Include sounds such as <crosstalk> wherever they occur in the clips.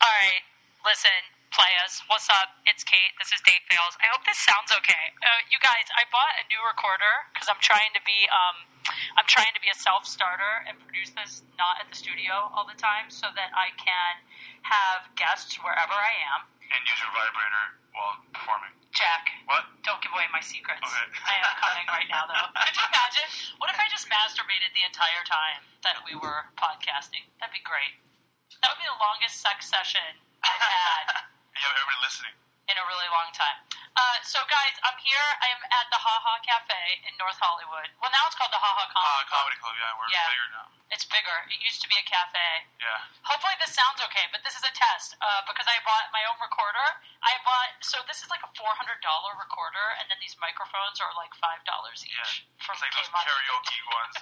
right, listen, playas, what's up? It's Kate. This is Date Fails. I hope this sounds okay. Uh, you guys, I bought a new recorder because I'm trying to be, um, I'm trying to be a self starter and produce this not at the studio all the time, so that I can have guests wherever I am. and use your vibrator while performing. Jack, <laughs> What? Don't give away my secrets. Okay. I am cutting right now, though. Could you imagine? What if I just masturbated the entire time that we were podcasting? That'd be great. That would be the longest sex session I've had And you have everybody listening. in a really long time. Uh, so, guys, I'm here. I am at the Ha Ha Cafe in North Hollywood. Well, now it's called the Ha Ha Ah, Comedy. Club. comedy club. Yeah, we're Oh. Yeah. bigger now. It's bigger. It used to be a cafe. Yeah. Hopefully this sounds okay, but this is a test uh, because I bought my own recorder. I bought so this is like a four hundred dollar recorder, and then these microphones are like five dollars each Yeah. from It's like those Kmart. karaoke <laughs> ones.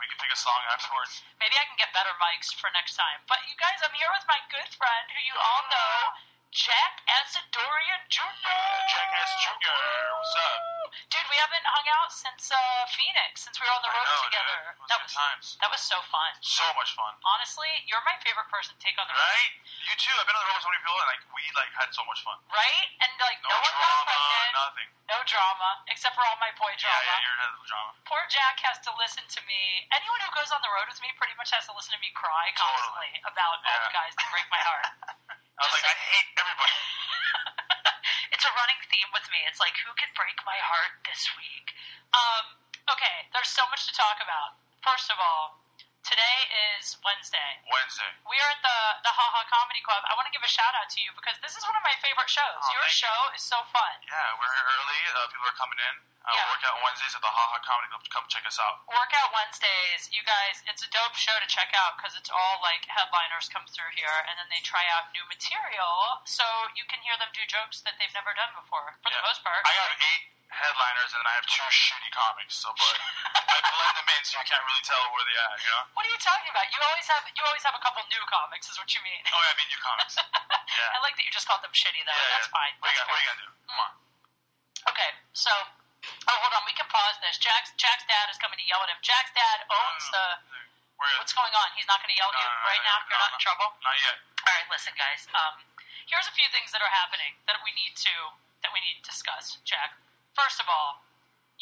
we can pick a song afterwards. Maybe I can get better mics for next time. But you guys, I'm here with my good friend who you all know, Jack Asadorian Jr. Jack S. Jr. What's up? Dude, we haven't hung out since uh, Phoenix, since we were on the I road know, together. dude. It was that good was times. that was so fun. So much fun. Honestly, you're my favorite person to take on the road. Right? You too. I've been on the road with so many people, and like we like had so much fun. Right? And like No no, one got drama, pregnant. nothing. No drama, except for all my boy drama. Yeah, yeah, you're head of the drama. Poor Jack has to listen to me. Anyone who goes on the road with me pretty much has to listen to me cry constantly about all the Yeah. guys that break my <laughs> heart. I was Just like, I like- hate everybody. it's a running theme with me. It's like, who can break my heart this week? Um, okay, there's so much to talk about. First of all, today is Wednesday. Wednesday. We are at the the Ha Ha Comedy Club. I want to give a shout out to you because this is one of my favorite shows. Oh, Your thank you. show is so fun. Yeah, we're here early. Uh, people are coming in. Uh, Yeah. We work out Wednesdays at the Haha Comedy Club. Come check us out. Workout Wednesdays, you guys, it's a dope show to check out because it's all like headliners come through here and then they try out new material so you can hear them do jokes that they've never done before for the Yeah. most part. I have eight headliners and then I have two shitty comics. <laughs> So, but I blend them in so you can't really tell where they at. You know? what are you talking about? You always have you always have a couple new comics, is what you mean. <laughs> Oh, yeah, I mean you comics. I Yeah. like that you just called them shitty though. yeah, That's yeah. fine. What That's you got? What fair. you gonna do? Come on. Okay, so oh hold on, we can pause this. Jack's Jack's dad is coming to yell at him. Jack's dad owns Oh. the We're good. what's going on? He's not going to yell at No, you no, no, right no, now. You're Uh, no, not in no. trouble. Not yet. All right, listen, guys. Um, here's a few things that are happening that we need to that we need to discuss, Jack. First of all,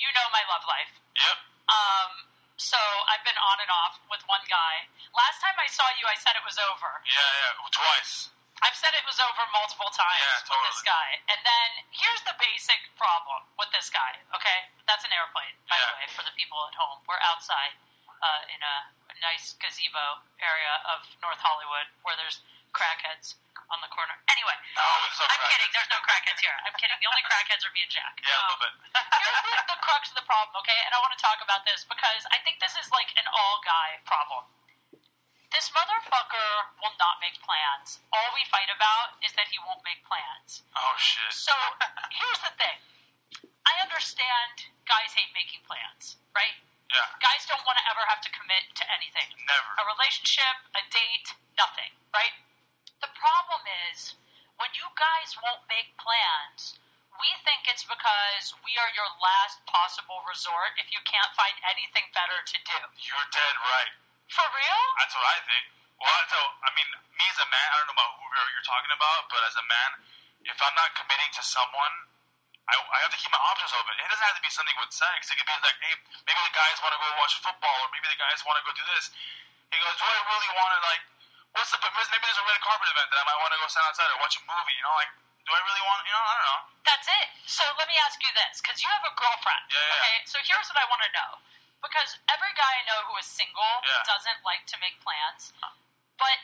you know my love life. Yep. Um, so I've been on and off with one guy. Last time I saw you, I said it was over. Yeah, yeah. Well, twice. I've said it was over multiple times Yeah, with this totally. guy. And then here's the basic problem with this guy. Okay, that's an airplane, by the Yeah. way, for the people at home. We're outside uh, in a, a nice gazebo area of North Hollywood where there's crackheads on the corner. Anyway, No, Oh, it's so I'm crackheads. kidding. There's no crackheads here. I'm kidding. The <laughs> only crackheads are me and Jack. Yeah, a Um, little bit. Here's the, the crux of the problem, okay? And I want to talk about this because I think this is like an all guy problem. This motherfucker will not make plans. All we fight about is that he won't make plans. Oh shit. So here's the thing I understand guys hate making plans, right? Yeah. Guys don't want to ever have to commit to anything Never. a relationship, a date, nothing, right? The problem is when you guys won't make plans, we think it's because we are your last possible resort if you can't find anything better to do. You're dead right. For real? That's what I think. Well, that's how, I mean, me as a man, I don't know about whoever you're talking about, but as a man, if I'm not committing to someone, I, I have to keep my options open. It doesn't have to be something with sex. It could be like, hey, maybe the guys want to go watch football, or maybe the guys want to go do this. He goes, do I really want to, like, what's the, maybe there's a red carpet event that I might want to go sit outside or watch a movie, you know, like, do I really want, you know, I don't know. That's it. So let me ask you this, because you have a girlfriend. Yeah, yeah, Okay. So here's what I want to know, because every guy I know who is single Yeah. doesn't like to make plans, but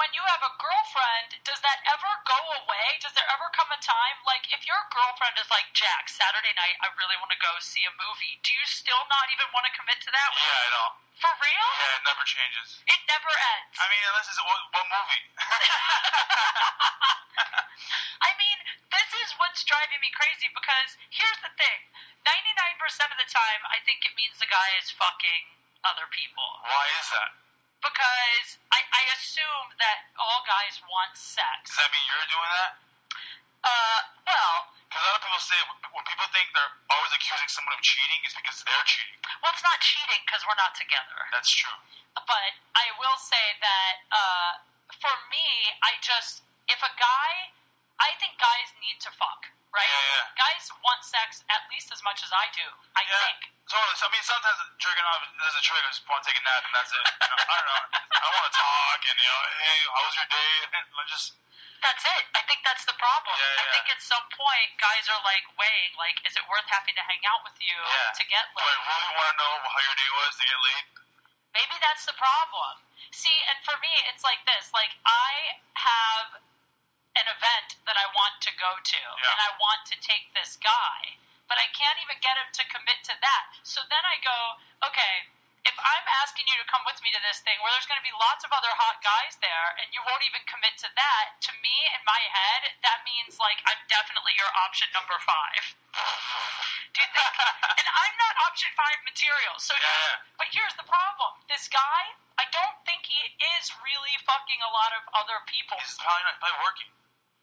when you have a girlfriend, does that ever go away? Does there ever come a time, like if your girlfriend is like Jack, Saturday night, I really want to go see a movie. Do you still not even want to commit to that? Yeah, I don't. For real? Yeah, it never changes. It never ends. I mean, unless it's what, what movie. <laughs> I mean, this is what's driving me crazy because here's the thing 99% of the time, I think it means the guy is fucking other people. Why is that? Because I, I assume that all guys want Does sex. that mean you're doing that? Uh, well, Because a lot of people say when people think they're always accusing someone of cheating, it's because they're cheating. well, it's not cheating because we're not together. That's true. But I will say that uh, for me, I just if a guy, I think guys need to fuck, right? Yeah, yeah. Guys want sex at least as much as I do. I Yeah. think. Totally. So, I mean, sometimes triggering off there's a trigger. I just want to take a nap, and that's it. You know, I don't know. I want to talk, and you know, hey, how was your day? And like, just That's it. I think that's the problem. Yeah, yeah, I think yeah. at some point guys are like weighing, like, is it worth having to hang out with you yeah. to get Do I laid? really want to know how your day was to get laid? Maybe that's the problem. See, and for me, it's like this. Like, I have an event that I want to go to, Yeah. and I want to take this guy, but I can't even get him to commit to that. So then I go, okay, if I'm asking you to come with me to this thing where there's going to be lots of other hot guys there, and you won't even commit to that, to me in my head, that means like I'm definitely your option number five. Do you <laughs> think? and I'm not option five material. So, Yeah. but here's the problem: this guy, I don't think he is really fucking a lot of other people. He's probably not probably working.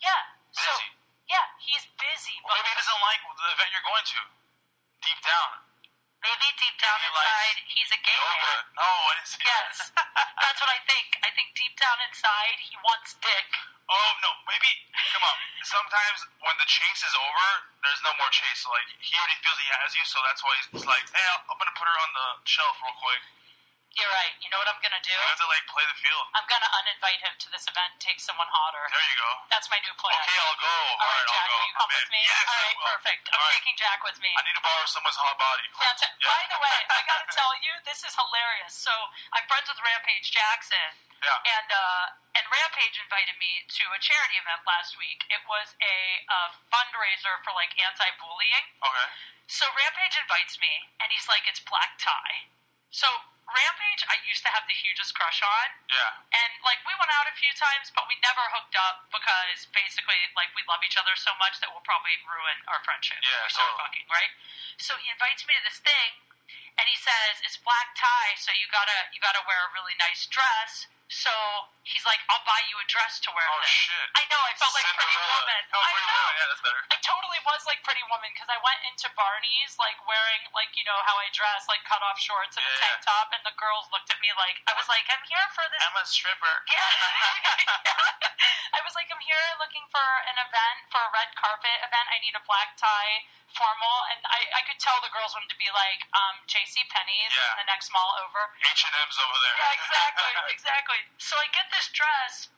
Yeah. So, Busy. yeah, he's busy, Well, but maybe he doesn't like the event you're going to. Deep down, maybe deep down He likes inside, he's a gay yoga. man. No, I didn't see Yes. that. <laughs> That's what I think. I think deep down inside, he wants dick. Oh no, maybe come on. Sometimes when the chase is over, there's no more chase. So, like he already feels he has you, so that's why he's just like, hey, I'm gonna put her on the shelf real quick. You're right. You know what I'm going to do? You have to like play the field. I'm going to uninvite him to this event and take someone hotter. There you go. That's my new plan. Okay, I'll go. All right, I'll Jack, go. will you come I'm with in. me? Yes, All I right, will. perfect. I'm All right. taking Jack with me. I need to borrow someone's hot body. That's it. Yeah. By the way, I <laughs> gotta tell you, this is hilarious. So I'm friends with Rampage Jackson, Yeah. and uh, and Rampage invited me to a charity event last week. It was a, uh fundraiser for like anti-bullying. Okay. So Rampage invites me, and he's like, "It's black tie." So Rampage, I used to have the hugest crush on. Yeah. And like we went out a few times, but we never hooked up because basically like we love each other so much that we'll probably ruin our friendship if Yeah, we start totally. fucking, right? So he invites me to this thing, and he says it's black tie, so you gotta you gotta wear a really nice dress. So he's like, I'll buy you a dress to wear. Oh then." shit. I know. I felt like Pretty Cinderella. Woman. Oh, I Pretty know. Woman. Yeah, that's better. I totally was like Pretty Woman because I went into Barney's like wearing like you know how I dress like cut off shorts and a Yeah, tank yeah. top, and the girls looked at me like I was like I'm here for this I'm a <laughs> stripper. <laughs> yeah. I was like, I'm here looking for an event, for a red carpet event. I need a black tie formal. And I, I could tell the girls wanted to be like, um, JC Penney's Yeah. in the next mall over. H and M's over there. Yeah, exactly, <laughs> exactly. So I get this dress,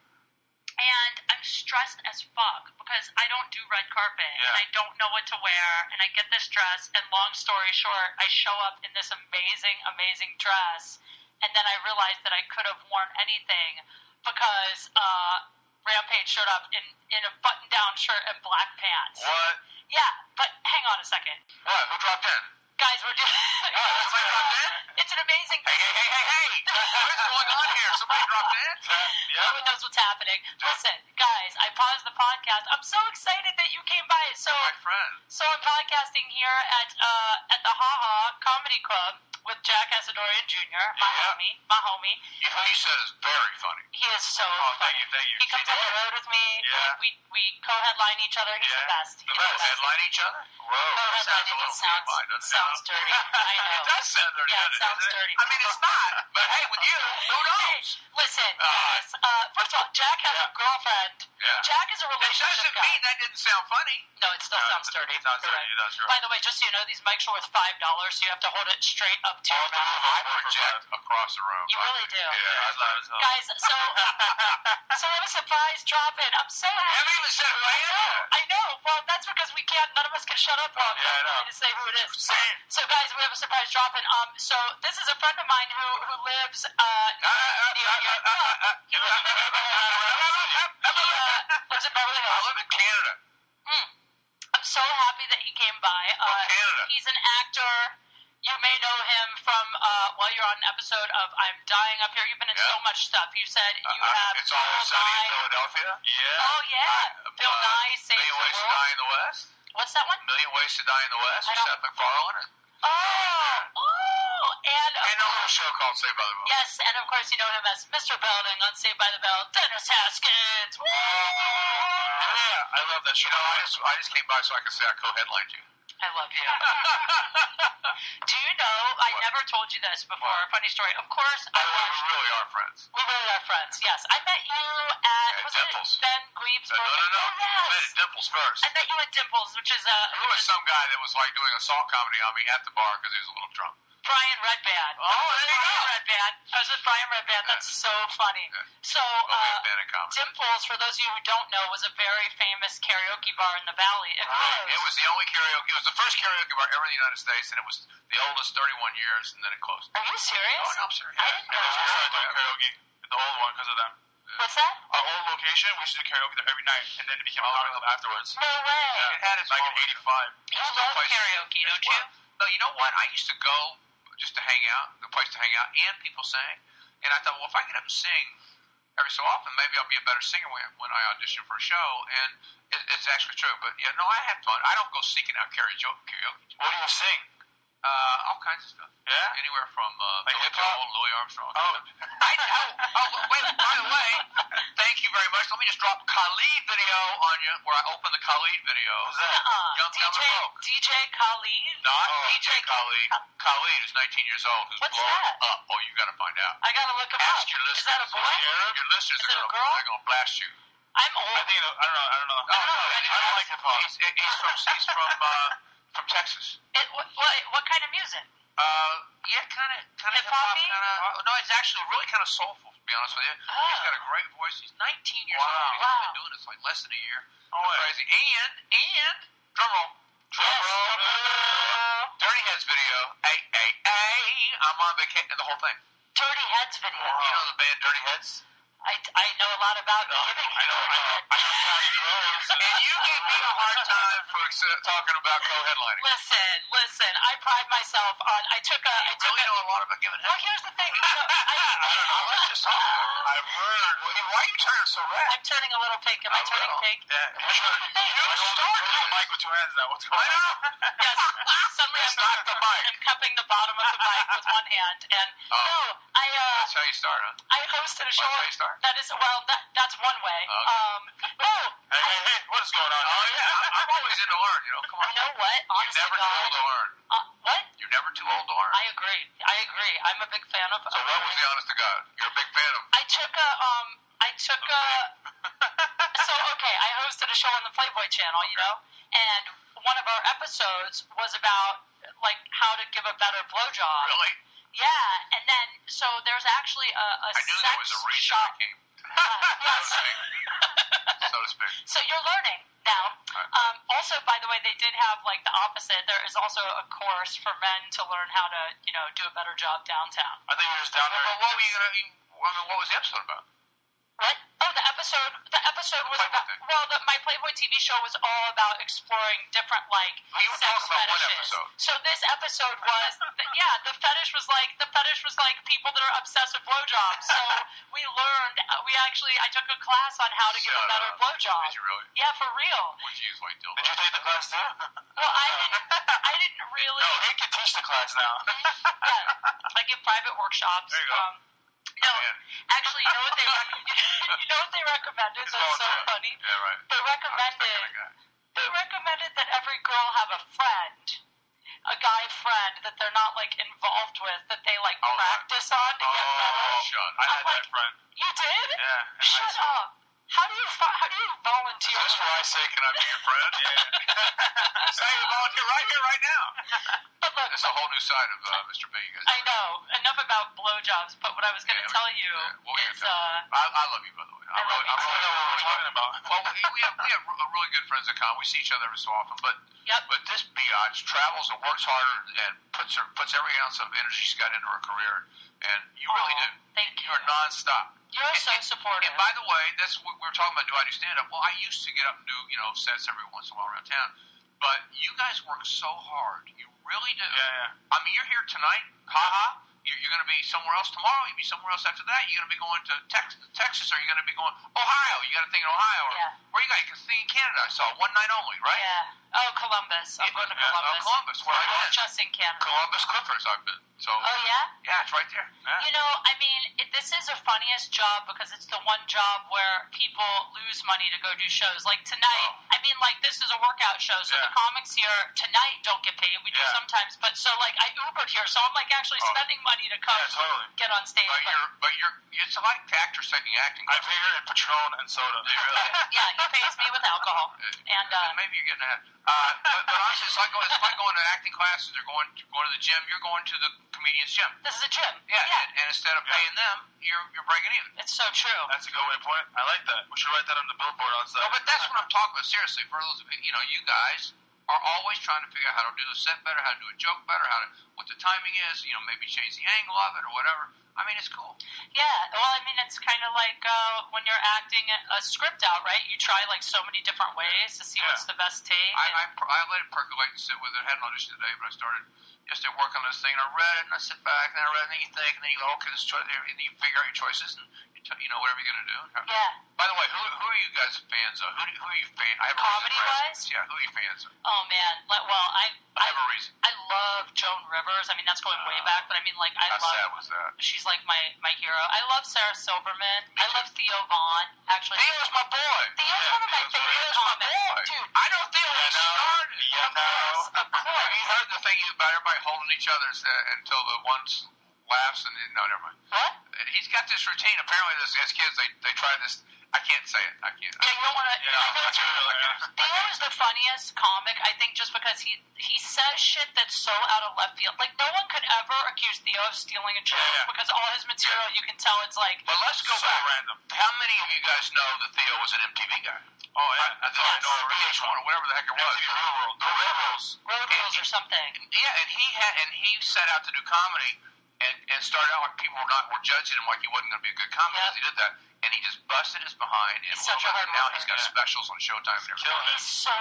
and I'm stressed as fuck because I don't do red carpet and Yeah. I don't know what to wear. And I get this dress, and long story short, I show up in this amazing, amazing dress, and then I realized that I could have worn anything because uh, Rampage showed up in in a button down shirt and black pants. what? Yeah, but hang on a second, What? Who dropped in? guys, we're doing. What? Somebody dropped in? <laughs> It's an amazing Hey, hey, hey, hey, hey! What is going on here? Somebody dropped in? No one Yeah. knows what's happening. Listen, guys, I paused the podcast. I'm so excited that you came by. So, My friend. so I'm podcasting here at uh, at the Ha Ha Comedy Club with Jack Asadorian Jr., my Yeah. homie, my homie. You know, you said is very funny. He is so Oh, funny. thank you, thank you. He comes on the road with me. Yeah. We we co-headline each other. He's the Yeah. best. The He's best. Headline each other? Whoa. headline sounds each- a it little sounds- combined, doesn't sounds it? dirty. I it know. does sound dirty. Yeah, it doesn't sounds dirty. I mean, it's not. But hey, with you, who Hey, knows? listen, Uh, guys. Uh, first of all, Jack has a Yeah. girlfriend. Yeah. Jack is a That relationship doesn't guy. mean that didn't sound funny. No, it still No, sounds it dirty. sounds You're dirty. right. It does, you're By right. the way, just so you know, these mics are worth five dollars, so you have to hold it straight up to your mouth. project across the room. You really do. Yeah, I love it. Guys, so <laughs> so I was surprised drop in. I'm so I haven't happy. even said who I am. I know. Well, that's because we can't. None of us can shut up long Yeah, I enough for know. me to say who it is. Say it. So, guys, we have a surprise drop in. Um, so this is a friend of mine who who lives uh, Uh, uh, uh, near uh, your. uh, uh, uh, He lives in Beverly Hills. He, uh, lives in Beverly I Hills. live in Canada. Mm. I'm so happy that he came by. Uh, Canada. He's an actor. You may know him from uh, well, you're on an episode of I'm Dying Up Here. You've been in so Yeah. much stuff. You said you Uh, have it's always Bill sunny in Nye. Philadelphia. Yeah. Oh yeah, Uh, Bill uh, Nye saves Million the Ways to world. Die in the West. What's that one? Million Ways to Die in the West. I with don't- Seth MacFarlane. Oh, oh, and of And uh, a little show called Saved by the Bell. Yes, and of course you know him as Mr. Belding on Saved by the Bell, Dennis Haskins. Woo! Yeah, I love that show. You know, I just, I just came by so I could say I co-headlined you. I love you. <laughs> Do you know? I What? never told you this before. What? Funny story. Of course, I By the way, we watched. really are friends. We really are friends. Yes, I met you at At was Dimples. it Uh, Ben No, Gleebsburg? no, no. Oh, no. We met yes. at Dimples first. I met you at Dimples, which is uh, Who was some guy that was like doing assault comedy on me at the bar because he was a little drunk? Brian Redband. Oh, there you Brian go. Redband. I was with Brian Redband. That's so funny. Yeah. So. Well, we Uh, have been in comedy. Dimples, for those of you who don't know, was a very famous karaoke bar in the valley. It Right. rose. It was the only karaoke. It was the first karaoke bar ever in the United States, and it was the oldest, 31 years, and then it closed. Are you serious? Oh, no, I'm sorry. I didn't know There's that. karaoke, karaoke, the old one because of them. What's that? Our old location, we used to do karaoke there every night, and then it became a comedy club afterwards. No way. Yeah, It had its back in moments. '85. You love karaoke, don't you? No, you know what? I used to go just to hang out, the place to hang out, and people sang. And I thought, well, if I get up and sing every so often, maybe I'll be a better singer when, when I audition for a show. And it, it's actually true. But yeah, no, I had fun. I don't go seeking out karaoke. karaoke. What do you sing? Uh, all kinds of stuff. Yeah. Anywhere from uh, Like Billy hip hop? Joel, Louis Armstrong. Oh, I know. Oh, wait, by the <laughs> way, thank you very much. Let me just drop Khalid video on you, where I open the Khalid video. Who's that? Uh, Young DJ, Dumb and Broke. DJ Khalid. Not Oh, DJ Khalid. Khalid is 19 years old. Who's What's blowing that? up? Oh, you got to find out. I gotta look him up. Ask your Is listeners. that a boy? Your, your listeners Is it a are gonna, girl? They're going to blast you. I'm I old. think I don't know. uh, I don't Oh, know. no, I it's- don't like hip hop. He's, he's from he's from uh, from Texas. It, what, what, what kind of music? Uh, yeah, kind of, kind of hip hop, Hip-hop-y? kind of. uh, No, he's actually really kind of soulful. To be honest with you, he's got a great voice. He's 19 years Wow. old. He's Wow. been doing this like less than a year. Oh, wait. crazy. And and drum roll, drum roll. Dirty Heads video. Hey, hey, hey! I'm on vacation. The whole thing. Dirty Heads video. You know the band Dirty Heads. I, I know a lot about giving. I know. I know. uh, I know Josh Gross. And you give me a hard time for uh, talking about co-headlining. Listen, listen. I pride myself on. I took a. I I took really a. know a lot about giving Well, head. here's the thing. Oh, <laughs> I So, I, don't know. Let's just talk. I've heard. Why are you turning so red? I'm turning a little pink. Am I Oh, turning well. pink? Yeah. <laughs> You should. the thing. You Let's hold- start hold the this. mic with two hands. Now what's going I on? know. Yes. Suddenly I'm, It's not the mic. I'm cupping the bottom of the mic with one hand, and <laughs> Oh. no, I uh, That's how you start, huh? I hosted a show. how you start? That is well, that that's one way. Okay. Um, no, Hey, hey, hey! What is going on? Oh yeah, I'm- <laughs> I'm always in to learn. You know, come on. you know what? You're Honestly, never too old to learn. uh, what? You're never too old to learn. I agree. I agree. I'm a big fan of. So what was the honest to God? You're a big fan of. I took a um I took a uh, <laughs> so okay, I hosted a show on the Playboy channel, you know, and one of our episodes was about like how to give a better blowjob. Really? Yeah, and then so there's actually a, a I knew sex there was a reason shop. I <laughs> came, Yes. <laughs> so to speak. So you're learning now. Right. Um, also, by the way, they did have like the opposite. There is also a course for men to learn how to, you know, do a better job downtown. I think you're just down Well, there. but what were you gonna? you- I mean, what was the episode about? What? Oh, the episode. The episode was Playboy about. thing. Well, the, my Playboy TV show was all about exploring different like Well, you were sex talking about one fetishes. episode. So this episode <laughs> was, the, yeah, the fetish was like the fetish was like people that are obsessed with blowjobs. <laughs> So we learned. uh, We actually, I took a class on how to give a Shut better up. blowjob. Did you really? Yeah, for real. Would you use white dildo? Did you take the class <laughs> too? Well, I didn't. <laughs> I didn't really. No, he can teach the class <laughs> now. yeah, I give private workshops. There you go. Um, no, Oh, man. actually, you know what they rec- <laughs> you know what they recommended? It's That's so voluntary. funny. Yeah, right. They That recommended kind of guy. they recommended that every girl have a friend, a guy friend that they're not like involved with that they like Oh, right. practice on to get better. Oh, shut I up. had that friend. You did? Yeah. in high Shut school. up. How do you fi- how do you volunteer? Just for for <laughs> that? my sake, can I be your <laughs> friend? yeah. Say you volunteer right here, right now. But look, That's a whole new side of uh, Mr. B. You guys. I know enough about blowjobs. But what I was going to Yeah, we- tell you yeah, what were you is, gonna uh, I, I love you, by the way. I I, love really, you too. I'm I don't really, know what we're talking <laughs> about. well, we, we have we have re- really good friends in common. We see each other every so often, but Yep. but this biatch travels and works harder and puts her puts every ounce of energy she's got into her career, and you really Aw, do. Oh, thank you. You are nonstop. You're so supportive. And by the way, that's what we're talking about. Do I do stand up? Well, I used to get up and do you know sets every once in a while around town, but you guys work so hard. You really do. Yeah, yeah. I mean, you're here tonight, haha. You're, you're going to be somewhere else tomorrow. You'll be somewhere else after that. You're going to be going to Tex- Texas, or you're going to be going Ohio. You got a thing in Ohio, or Yeah. where you got you got a thing in Canada. I saw one night only, right? Yeah. Oh, Columbus. I'm going to Yeah, Columbus. Uh, Columbus, where I Not went. just in Canada. Columbus Clippers, I've been. So, Oh yeah. yeah, it's right there. Yeah. You know, I mean, it, this is the funniest job because it's the one job where people lose money to go do shows. Like tonight, I Oh. mean, like this is a workout show, so the Yeah. comics here tonight don't get paid. We do Yeah. sometimes, but so like I Ubered here, so I'm like actually Oh. spending money to come Yeah, totally. get on stage. But but- you're, but you're, it's like actors taking acting. Uh, I've here in Patron and soda. <laughs> yeah, he pays me with alcohol, and uh, maybe you're getting that. Uh, but, but honestly, it's like going, it's like going to acting classes or going going to the gym. You're going to the comedian's gym. this is a gym. Yeah, And, and instead of Yeah. paying them, you're you're breaking even. it's so true. <laughs> That's a good way point. I like that. We should write that on the billboard outside. No, but that's what I'm talking about. Seriously, for those of you, you know, you guys are always trying to figure out how to do a set better, how to do a joke better, how to what the timing is. You know, maybe change the angle of it or whatever. I mean, it's cool. Yeah, well, I mean, it's kind of like uh, when you're acting a script out, right? You try like so many different ways to see Yeah. what's the best take. I, and- I, per- I let it percolate and sit with it. I had an audition today, but I started yesterday working on this thing, and I read it, and I sit back, and I read it, and then you think, and then you go, okay, this choice, and then you figure out your choices, and you, t- you know whatever you're gonna do. Yeah. By the way, who, who are you guys fans of? Who, do, who are you fan? I have a reason for asking Comedy-wise? this. Yeah, who are you fans of? Oh man, like, well, I I have a reason. I love Joan Rivers. I mean, that's going way back, but I mean, like, I How sad love. was that? She's like my my hero. I love Sarah Silverman. I too. love Theo Vaughn. Actually, Theo was my boy. Theo's one of my Theo's favorite Theo's Oh, my comics. boy. Dude. I know Theo when he You know, started. you Of course, know. of course. Have you heard the thing about everybody holding each other's uh, until the one laughs and then, no, never mind. what? He's got this routine. Apparently, this, as kids, they they try this. I can't say it. I can't. Yeah, you don't want to. <laughs> Yeah, that's really like- Theo is the funniest comic, I think, just because he he says shit that's so out of left field. Like no one could ever accuse Theo of stealing a joke Yeah, yeah. because all his material, you can tell, it's like But let's go So back. random. How many of you guys know that Theo was an MTV guy? Oh yeah, I that's thought yes. no, or VH1 or whatever the heck it was. MTV Real World. The Real Rules. road And- rules or something. Yeah, and he had, and he set out to do comedy, and, and started out like people were not were judging him like he wasn't going to be a good Yep. comic because he did that, and he just busted his behind. And He's such a blew up, hard and now worker. he's got Yeah. specials on Showtime and everything. Killing it. He's so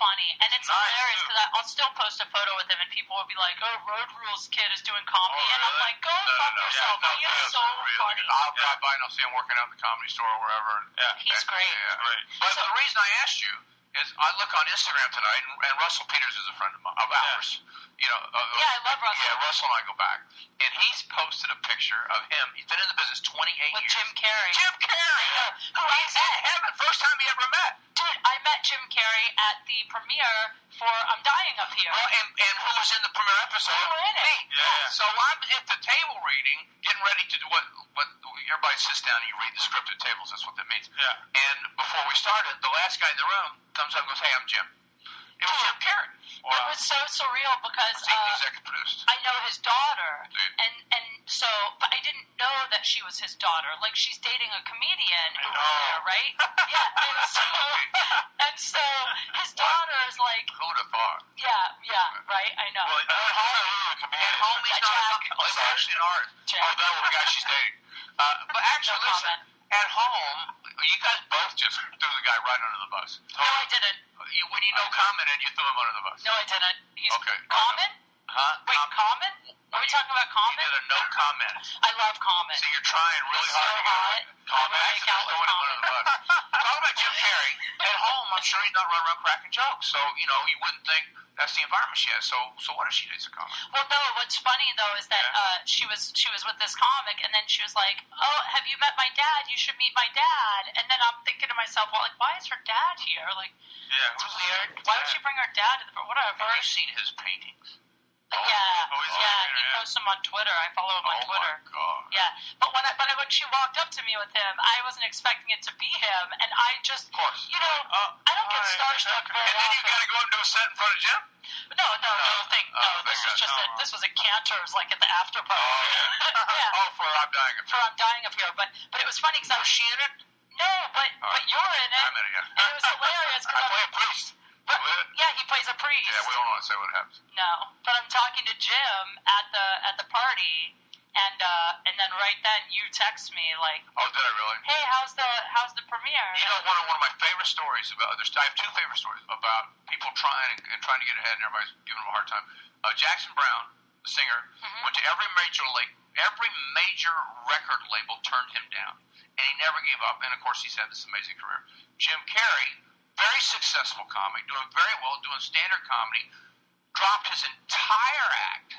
funny, and it's Nice, hilarious dude. because I'll still post a photo with him, and people will be like, "Oh, Road Rules kid is doing comedy," Oh, and I'm really? like, "Go No, no, fuck no, yourself." yeah, no, he is Theo's so really funny. good. I'll drive by and I'll see him working out in the comedy store or whatever. and- Yeah. He's great. Yeah. Great. But So- the reason I asked you is I look on Instagram tonight, and, and Russell Peters is a friend of, mine, of ours. You know, uh, Yeah, I love Russell. Yeah, Russell and I go back, and he's posted a picture of him. He's been in the business 28 With years. Jim Carrey. Jim Carrey, who I met him the first time he ever met. Dude, I met Jim Carrey at the premiere for "I'm Dying Up Here." Well, and, and who was in the premiere episode? You were in it. Me. Yeah. So I'm at the table reading, getting ready to do what, what everybody sits down and you read the script at tables. That's what that means. Yeah. And before we started, the last guy in the room comes up and goes, hey, I'm Jim. It was Jim Carrey. It was so surreal because He's the uh, executive produced. I know his daughter, Yeah. and and so, but I didn't know that she was his daughter. Like she's dating a comedian who was know. there, right? yeah, and <laughs> so and so his daughter is like, Who would have thought? yeah, yeah, right. I know. Well, I don't know who At home, he's Jack. not a Oh, it's actually an artist. Jack. Oh, that was the guy she's dating. <laughs> Uh, but actually, No listen, comment. at home, you guys both just <laughs> threw the guy right under the bus. no, I didn't. You, when you know commented, you threw him under the bus. No, I didn't. He's Okay, I know. Common. Huh? Wait, Common? Are we talking about You Common? did a no comment. <laughs> I love Common. So you're trying really He's so hard to get hot. it. I Comment. That's break out throwing him under with the bus. <laughs> Talk about Jim Carrey. At home, I'm sure he's not running around cracking jokes. So, you know, you wouldn't think that's the environment she has. So, so what if she needs a comment? Well, no. What's funny though is that Yeah. uh, she was she was with this comic, and then she was like, "Oh, have you met my dad? You should meet my dad." And then I'm thinking to myself, "Well, like, why is her dad here? Like, Yeah. it's Who's weird. Why would she bring her dad to the whatever?" Have you seen his paintings? Like, yeah, oh, yeah. he's on the He internet. posts them on Twitter. I follow him on oh Twitter. my god. Yeah, but when I, but when she walked up to me with him, I wasn't expecting it to be him, and I just, Of course. you know, Oh, I don't get hi. <laughs> starstruck very Uh, And then you often. gotta go up and do a set in front of <laughs> Jim? No, no, no, thank oh, no. This thank is God. just a, Oh. this was a Cantor's like at the after party. <laughs> yeah. Oh, <laughs> for I'm dying of for I'm dying up here. But but it was funny because I was she in it. No, but but All right. you're in it. I'm in it, yeah. And it was hilarious <laughs> I because play a priest. But, Well, yeah, he plays a priest. Yeah, we don't want to say what happens. no, but I'm talking to Jim at the at the party, and uh, and then right then you text me like, Oh, did I really? Hey, how's the how's the premiere? You know, one of, one of my favorite stories about there's I have two favorite stories about people trying and, and trying to get ahead, and everybody's giving them a hard time. Uh, Jackson Brown, the singer, went to every major like every major record label turned him down, and he never gave up. And of course, he's had this amazing career. Jim Carrey very successful comic, doing very well, doing standard comedy, dropped his entire act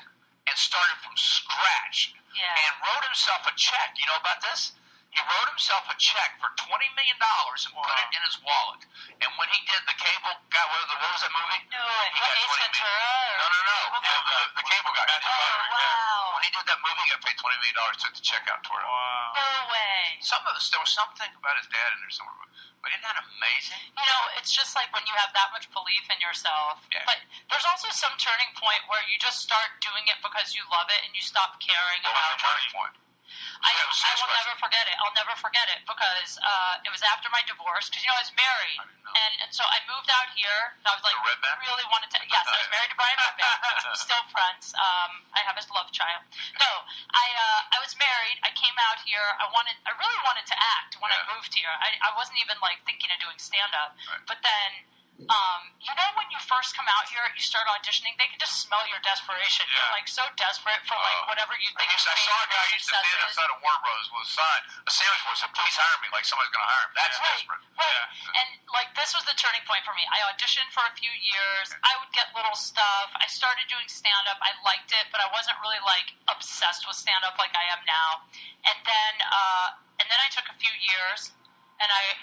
and started from scratch Yeah. and wrote himself a check. You know about this? He wrote himself a check for twenty million dollars and put Wow. it in his wallet. And when he did the cable guy, what, was the- what was that movie? No, it- He what, got Ace 20 million. Ventura or- No, no, no. Cable Yeah, the, the cable guy. Matthew Oh, Broderick, wow. When he did that movie, he got paid twenty million dollars. Took the check out toward him. Wow. No way. Some of us, there was something about his dad in there somewhere. but- But isn't that amazing? You know, it's just like when you have that much belief in yourself. Yeah. But there's also some turning point where you just start doing it because you love it and you stop caring What was about the turning point? I, Yeah, it was I sex will question. never forget it. I'll never forget it because uh, it was after my divorce. Because you know I was married, I didn't know. and and so I moved out here. And I was like, To Redback? really wanted to. Yes, I was married to Brian Redback. <laughs> Still friends. Um, I have his love child. No, I uh, I was married. I came out here. I wanted. I really wanted to act when Yeah. I moved here. I, I wasn't even like thinking of doing stand up, Right. but then. Um, you know when you first come out here, you start auditioning. They can just smell your desperation. Yeah. You're like so desperate for like Oh. whatever you I, think. used, I saw a guy who used to success stand is. outside of Warner Bros. with a sign, a sandwich board, said, "Please hire me," like somebody's going to hire him. That's right, desperate. Right. Yeah. And like this was the turning point for me. I auditioned for a few years. I would get little stuff. I started doing stand up. I liked it, but I wasn't really like obsessed with stand up like I am now. And then uh, and then I took a few years and I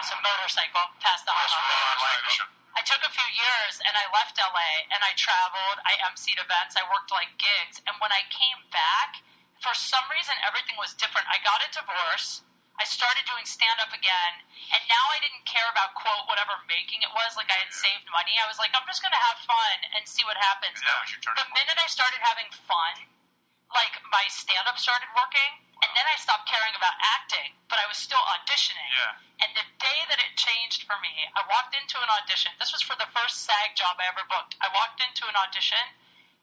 was a motorcycle past the That's what highway. I I like. took a few years and I left LA and I traveled. I emceed events. I worked like gigs. And when I came back, for some reason, everything was different. I got a divorce. I started doing stand up again. And now I didn't care about, quote, whatever making it was. Like I had saved money. I was like, I'm just going to have fun and see what happens. And that was your turning The minute I started having fun, like my stand up started working. And then I stopped caring about acting, but I was still auditioning. Yeah. And the day that it changed for me, I walked into an audition. This was for the first SAG job I ever booked. I walked into an audition,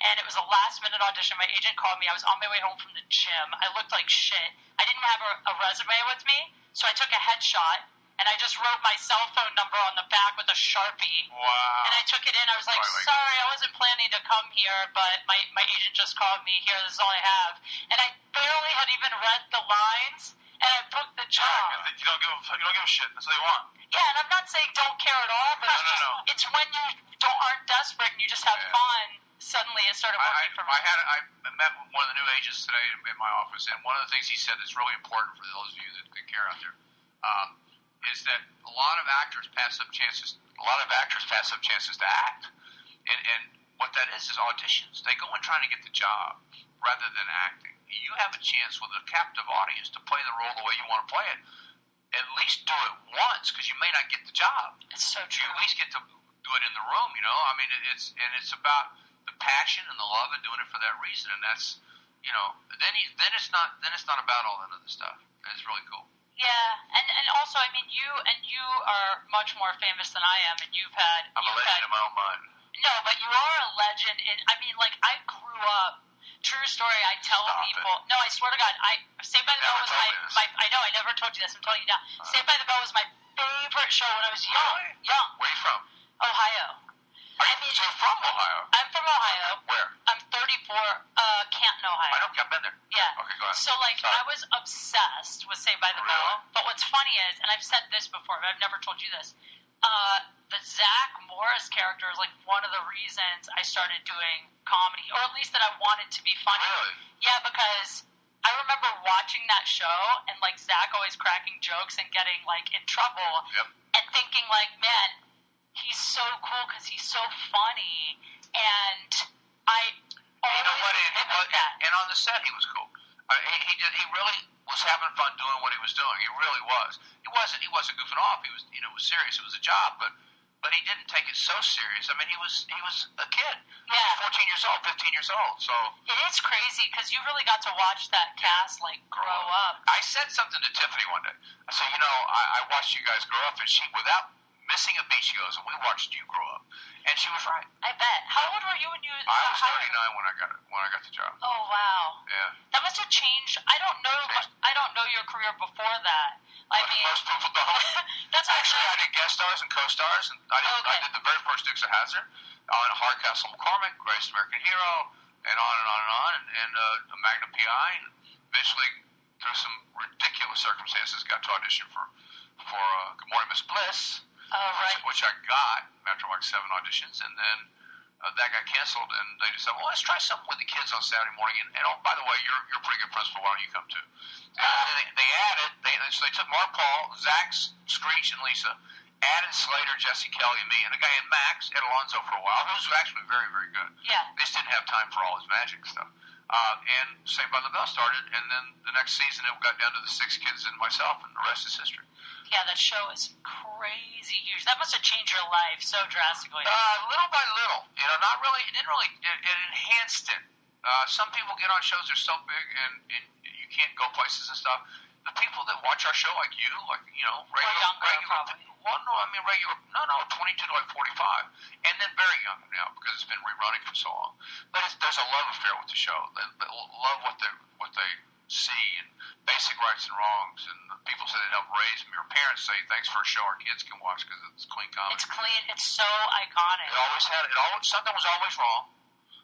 and it was a last minute audition. My agent called me. I was on my way home from the gym. I looked like shit. I didn't have a, a resume with me, so I took a headshot, and I just wrote my cell phone number on the back with a sharpie. Wow. And I took it in. I was like, Sorry, Mike. sorry, I wasn't planning to come here, but my, my agent just called me here. This is all I have. And I barely had even read the lines, and I booked the job. Oh, Yeah, 'cause you don't give a, you don't give a shit. That's what they want. Yeah, and I'm not saying don't care at all, but No, it's, no, just, no. it's when you don't aren't desperate and you just have Yeah. fun. Suddenly, it started I, I, working for me. I had I met with one of the new agents today in, in my office, and one of the things he said that's really important for those of you that, that care out there um, is that a lot of actors pass up chances. A lot of actors pass up chances to act, and, and what that is is auditions. They go in trying to get the job rather than acting. You have a chance with a captive audience to play the role the way you want to play it. At least do it once, because you may not get the job it's so you true. at least get to do it in the room, you know. I mean, it, it's and it's about the passion and the love and doing it for that reason, and that's you know. Then he, then it's not then it's not about all that other stuff. It's really cool. Yeah, and and also, I mean, you and you are much more famous than I am, and you've had. I'm a you've legend had, in my own mind. No, but you are a legend. In I mean, like I grew up. True story. I tell Stop it. people. No, I swear to God. I Saved by the Never Bell was told my, me this. my. I know. I never told you this. I'm telling you now. Saved by the Bell was my favorite show when I was young. Really? Young. Where are you from? Ohio. I Are you mean- so you're from Ohio? I'm from Ohio. Where? I'm 34, uh, Canton, Ohio. I don't. I've been there. Yeah. Okay, go ahead. So, like, Sorry. I was obsessed with Saved by the Really? Bell. But what's funny is, and I've said this before, but I've never told you this, uh, the Zach Morris character is, like, one of the reasons I started doing comedy, or at least that I wanted to be funny. Really? Yeah, because I remember watching that show and, like, Zach always cracking jokes and getting, like, in trouble Yep. and thinking like, man, he's so cool because he's so funny, and I always You know what? And, think and, like that. and on the set, he was cool. I mean, he, he did. He really was having fun doing what he was doing. He really was. He wasn't. He wasn't goofing off. He was. You know, it was serious. It was a job, but but he didn't take it so serious. I mean, he was he was a kid. He was Yeah. fourteen years old, fifteen years old. So It is crazy because you really got to watch that cast like grow up. I said something to Tiffany one day. I said, you know, I, I watched you guys grow up, and she, without missing a beat, she goes, "We watched you grow up," and she was right. I bet. How old were you when you? uh, I was how- thirty nine when I got it, when I got the job. Oh wow, Yeah. that must have changed. I don't know. Changed. I don't know your career before that. I But mean, most people don't. <laughs> that's Actually, I actually. did guest stars and co-stars, and I did, I Okay. did the very first Dukes of Hazzard on Hardcastle McCormick, Greatest American Hero, and on and on and on, and, and uh, the Magna PI, and eventually, through some ridiculous circumstances, got to audition for for uh, Good Morning Miss Bliss, Oh, right. which, which I got after like seven auditions, and then uh, that got canceled. And they just said, "Well, let's try something with the kids on Saturday morning." And, and oh, by the way, you're you're a pretty good principal. Why don't you come too? And then they, they added. They so they took Mark Paul, Zach, Screech, and Lisa. Added Slater, Jesse Kelly, and me, and a guy named Max and Alonzo for a while. Who's actually very, very good. Yeah. They just didn't have time for all his magic stuff. Uh, and Saved by the Bell started, and then the next season it got down to the six kids and myself, and the rest is history. Yeah, that show is crazy huge. That must have changed your life so drastically. Uh, little by little, you know, not really. It didn't really. It, it enhanced it. Uh, some people get on shows they're so big and, and you can't go places and stuff. The people that watch our show, like you, like you know, regular, younger, regular probably. well, no, I mean regular. No, no, twenty-two to like forty-five, and then very young now because it's been rerunning for so long. But it's, there's a love affair with the show. They, they love what they what they see and basic rights and wrongs. And the people say it helped raise them. Your parents say thanks for a show our kids can watch because it's clean comedy. It's clean. It's so iconic. It always had it. Always something was always wrong.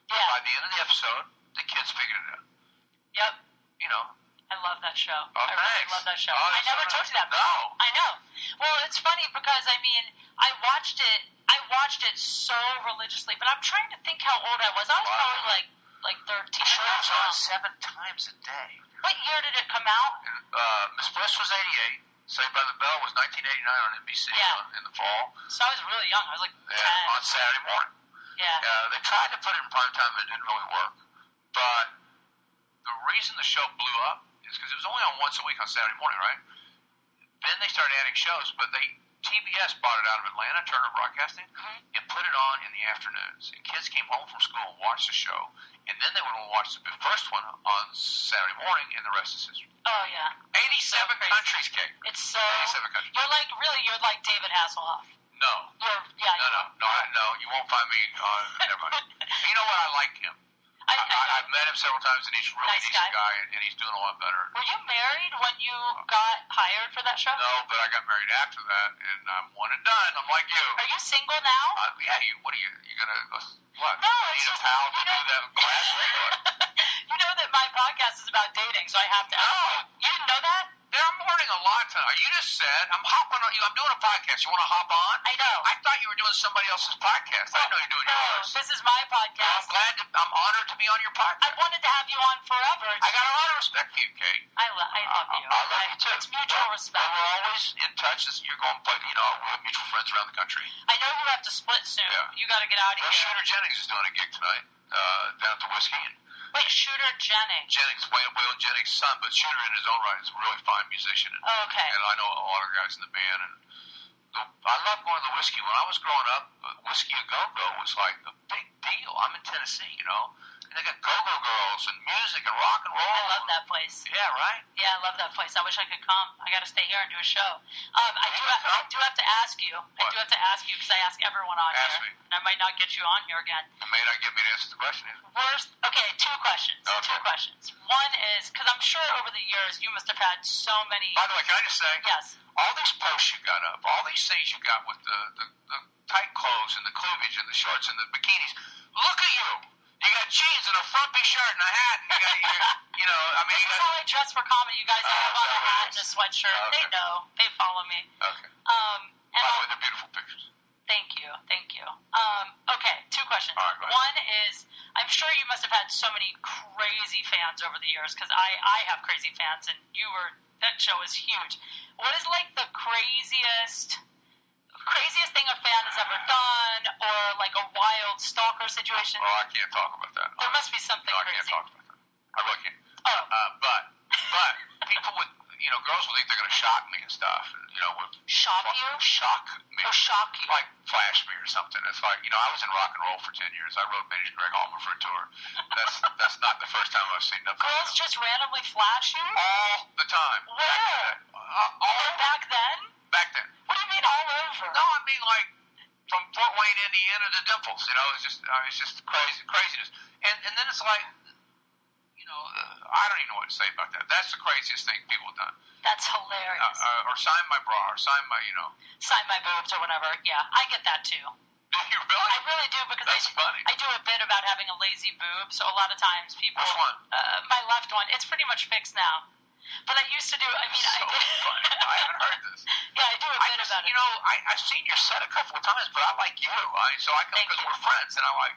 But Yeah. By the end of the episode, the kids figured it out. Yep. You know. I love that show. Oh, I really thanks. love that show. Oh, I that's never all told right. you that. No. I know. Well, it's funny because I mean, I watched it. I watched it so religiously, but I'm trying to think how old I was. I was Wow. probably like like 13. Sure, it was on Wow. seven times a day. What year did it come out? And uh, Miss Bliss was '88. Saved by the Bell was 1989 on NBC Yeah. on- in the fall, So I was really young. I was like 10. and on Saturday morning. yeah. Uh, they tried to put it in prime time, but it didn't really work. But the reason the show blew up is because it was only on once a week on Saturday morning, right? Then they started adding shows, but they TBS bought it out of Atlanta, Turner Broadcasting, Mhm. and put it on in the afternoons. And kids came home from school and watched the show, and then they would watch the first one on Saturday morning, and the rest is history. Oh yeah. 87 crazy. countries, Kate. It's so. 87 countries. You're like really. You're like David Hasselhoff. No. You're yeah. No, you- no, no, I, no. You won't find me. Uh, never <laughs> mind. You know what? I like him. I, I, I, I, I've met him several times, and he's a really Nice decent guy. guy, and, and he's doing a lot better. were you married when you got hired for that show? No, but I got married after that, and I'm one and done. I'm like you. Are you single now? Uh, yeah, you. What are you? You gonna uh, what? No, you it's need a just- pal to you do know- that <laughs> glass thing? Or? you know that my podcast is about dating, so I have to. No. You didn't know that? Yeah, I'm learning a lot tonight. You just said I'm hopping on. You, I'm doing a podcast. You want to hop on? I know. I thought you were doing somebody else's podcast. I know you're doing no, yours. this is my I'm podcast. glad. To, I'm honored to be on your I podcast. wanted to have you on forever. I got a lot of respect for you, Kate. I, lo- I love you. I, I love you too. It's mutual We're- respect. We're always in touch. As you're going, but you know, we have mutual friends around the country. I know you have to split soon. Yeah. You got to get out of Well, here. Shooter Jennings is doing a gig tonight uh, down at the Whiskey. And Wait, Shooter Jennings. Jennings, Wayne Whale Jennings' son, but Shooter in his own right is a really fine musician. And, Oh, Okay. and I know a lot of guys in the band. And the, I love going to the Whiskey. When I was growing up, uh, Whiskey a Go Go was like a big deal. I'm in Tennessee, you know, and they got Go Go Girls and music and rock and roll. I love that place. Yeah, right. Yeah, I love that place. I wish I could come. I got to stay here and do a show. Um, I do. Have, I do have to ask you. I do have to ask you because I ask everyone on Ask here, me. and I might not get you on here again. May not give me an answer to the question. either. Worst. Okay, two questions. Two Okay. questions. One is because I'm sure over the years you must have had so many. By the way, can I just say? Yes. all these posts you got up, all these things you got with the, the, the tight clothes and the cleavage and the shorts and the bikinis. Look at you. You got jeans and a frumpy shirt and a hat and you got your, <laughs> you know, I This mean, is you how got, I dress for comedy. You guys Oh, know about a sorry. hat and a sweatshirt. They Okay. know. They follow me. okay. Um, and By the way, I'll- they're beautiful pictures. thank you, thank you. Um, okay, two questions. All right, go ahead. One is, I'm sure you must have had so many crazy fans over the years because I I have crazy fans, and you were that show is huge. What is like the craziest? Craziest thing a fan has ever done, or like a wild stalker situation. Oh, I can't talk about that. There must be something no, I crazy. can't talk about that. I really can't. Oh. Uh, but, but people would, you know, girls would think they're going to shock me and stuff. And, you know, would Shock you? Shock me. Oh, shock you. like flash me or something. It's like you know, I was in rock and roll for ten years. I rode Benny Greg Allman for a tour. That's <laughs> that's not the first time I've seen that. Girls just randomly flash you? all the time. Back Where? then. Uh, all Or back then? back then. What do you mean all over? No, I mean like from Fort Wayne, Indiana to Dimples. You know, it's just I mean, it's just crazy craziness. And and then it's like, you know, uh, I don't even know what to say about that. That's the craziest thing people have done. That's Uh, hilarious. uh, or sign my bra, or sign my, you know. <laughs> Sign my boobs or whatever. Yeah, I get that too. Do you really? I really do because That's I, funny. I do a bit about having a lazy boob, so a lot of times people. Which one? Uh, my left one. It's pretty much fixed now. But I used to do. I mean, <laughs> I, so funny. I haven't heard <laughs> this. yeah, I do a I bit just, about you it. know, I, I've seen your set a couple of times, but I like you. I, so I come Thank because you. we're friends, and I like.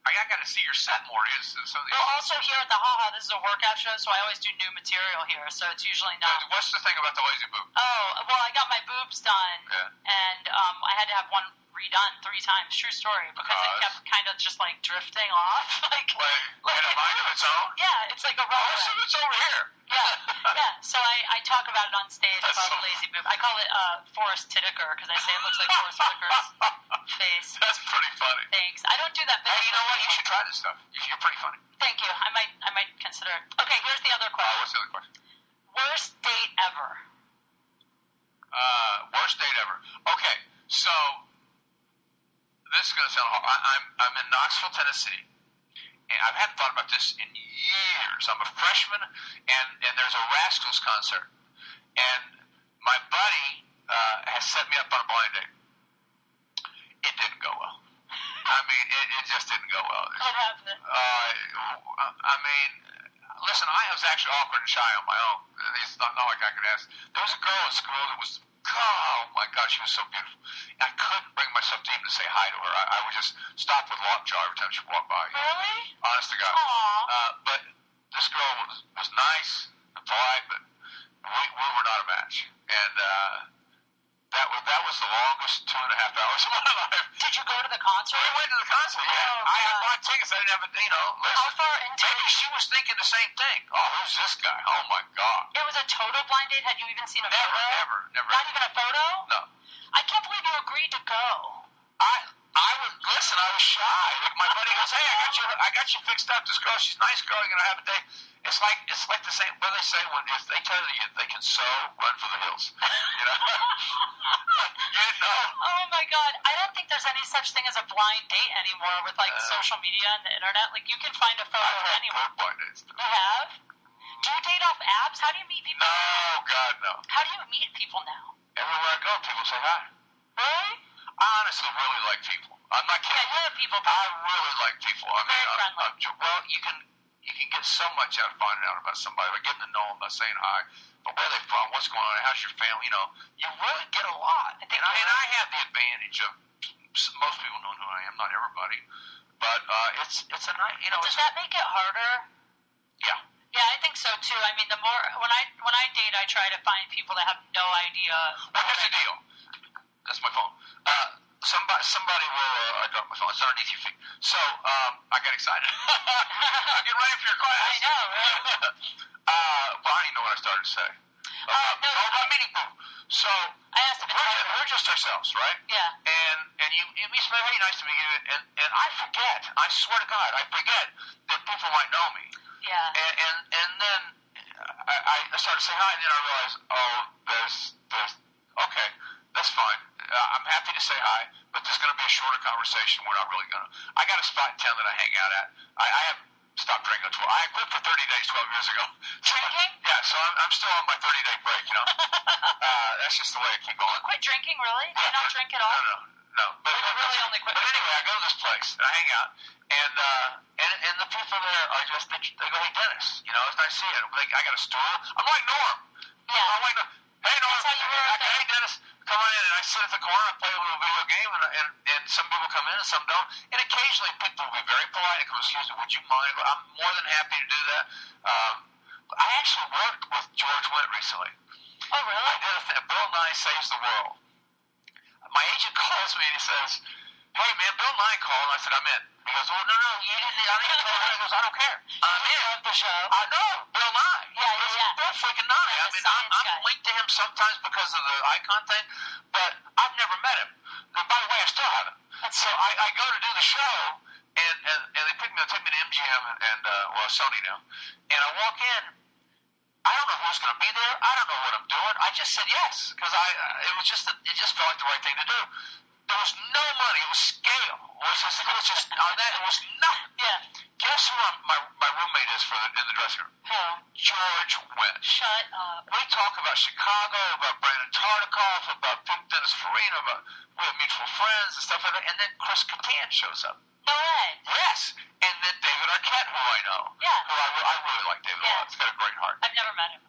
I, I got to see your set more. Is some of these. Well, also here at the Ha Ha, this is a workout show, so I always do new material here. So it's usually not. What's the thing about the lazy boob? Oh, well, I got my boobs done, Yeah. and um, I had to have one redone three times. True story, because it Because? kept kind of just like drifting off. <laughs> like, Wait, in a mind of its own? yeah, it's like a Oh, roller. so it's over here. Yeah, <laughs> yeah. So I, I talk about it on stage That's about so- the lazy boob. I call it uh, Forrest Whitaker because I say it looks like Forrest Whitaker's face. That's pretty funny. Thanks. I don't do that. Hey, business. you know what? You should try this stuff. You- You're pretty funny. Thank you. I might I might consider. it. Okay, here's the other Uh, question. what's the other question? Worst date ever. Uh, worst date ever. Okay, so this is gonna sound. hor- I, I'm I'm in Knoxville, Tennessee, and I haven't thought about this in years. I'm a freshman, and and there's a Rascals concert, and my buddy uh, has set me up on a blind date. It didn't go well. I mean, it, it just didn't go well. What happened? uh, I mean, listen, I was actually awkward and shy on my own. It's not, not like I could ask. There was a girl in school that was, oh my God, she was so beautiful. And I couldn't bring myself to even say hi to her. I, I would just stop with lockjaw every time she walked by. Really? Honest to God. Aw. Uh, but this girl was, was nice and polite, but we, we were not a match. And uh, that was that was the longest two and a half hours of my <laughs> life. Did you go to the So we concert? went to the concert. Yeah, Oh, I had God. bought tickets. I didn't have a you know. How Listen, far into maybe she was thinking the same thing. Oh, who's this guy? Oh my God. it was a total blind date? Had you even seen a Never, photo? never, never. Not even a photo? No. I can't believe you agreed to go. <laughs> I I would listen. I was shy. Like my buddy goes, "Hey, I got you. I got you fixed up. This girl, she's a nice girl. You're gonna have a day." It's like it's like the same. What do they say when if they tell you they can so run for the hills, you know? <laughs> you know. Oh my god, I don't think there's any such thing as a blind date anymore with like Uh. social media and the internet. Like you can find a photo I've of had anyone. good blind dates. You have? Do you date off apps? How do you meet people? No, God, no. How do you meet people now? Everywhere I go, people say hi. Really? I honestly really like people. I'm not Yeah, kidding. you're a people I person. really like people. I mean, Very I'm, friendly. I'm, ju- well, you can you can get so much out of finding out about somebody by getting to know them, by saying hi, but where they from, what's going on, how's your family. You know, you really get a lot. And I, and I have the advantage of s- most people know who I am, not everybody, but uh, it's it's a nice, you know, Does it's, that make it harder? yeah. Yeah, I think so too. I mean, the more when I when I date, I try to find people that have no idea. Well, here's the deal. That's my phone. Uh, somebody, somebody will. Uh, I dropped my phone. It's underneath your feet. So um, I got excited. <laughs> I'm getting ready for your class. I know, right? <laughs> uh, well, I didn't know what I started to say. Uh, no, oh, no. my mini boo. So I asked if it's we're just, harder. we're just ourselves, right? Yeah. And and you, you meet somebody very nice to meet you, and, and I forget. I swear to God, I forget that people might know me Yeah. and and, and then I, I started saying hi, and then I realized, oh, there's there's okay, that's fine. Uh, I'm happy to say hi, but there's going to be a shorter conversation. We're not really going to. I got a spot in town that I hang out at. I, I have stopped drinking. Tw- I quit for 30 days 12 years ago. Drinking? <laughs> yeah, so I'm, I'm still on my 30 day break. You know, uh, that's just the way I keep going. Quit drinking, really? Do you not drink at all? No, no, no. But, Like, really only quit- but anyway, I go to this place and I hang out, and uh, and and the people there are just they, they go, "Hey, Dennis, you know, it's nice to see you." Like, I got a stool. I'm like Norm. Yeah. I'm like, Norm. hey Norm. That's how you were I at go, the- hey Dennis, come on in. And I sit at the corner, I play a little video game, and, and and some people come in and some don't. And occasionally people will be very polite and come, "Excuse me, would you mind?" I'm more than happy to do that. Um, I actually worked with George Wendt recently. Oh, I really? did a thing. Bill Nye saves the world. My agent <laughs> calls me and he says, "Hey man, Bill Nye called." And I said, "I'm in." He goes, "Well, no, no, you didn't. I didn't call." him." He goes, "I don't care. I'm in." Love the show. I know Bill Nye. Yeah, yeah, yeah. Bill freaking Nye. I He's a mean, I'm, science I'm guy. linked to him sometimes because of the icon thing, but I've never met him. And by the way, I still haven't. So I, I go to do the show, and, and, and they pick me, they take me to MGM and, and uh, well, Sony now, and I walk in. I don't know who's going to be there. I don't know what I'm doing. I just said yes because I uh, it was just it just felt like the right thing to do. There was no money. It was scale. It was just, it was just on that. It was nothing. Yeah. Guess who I'm, my my roommate is for the, in the dressing room? Who? George Wendt. Shut up. We talk about Chicago, about Brandon Tartikoff, about Pete Dennis Farina, about we have mutual friends and stuff like that. And then Chris Kattan shows up. No way. Yes, and then David Arquette, who I know. Yeah. Who I, re- I really like David a Yeah. lot. He's got a great heart. I've never met him.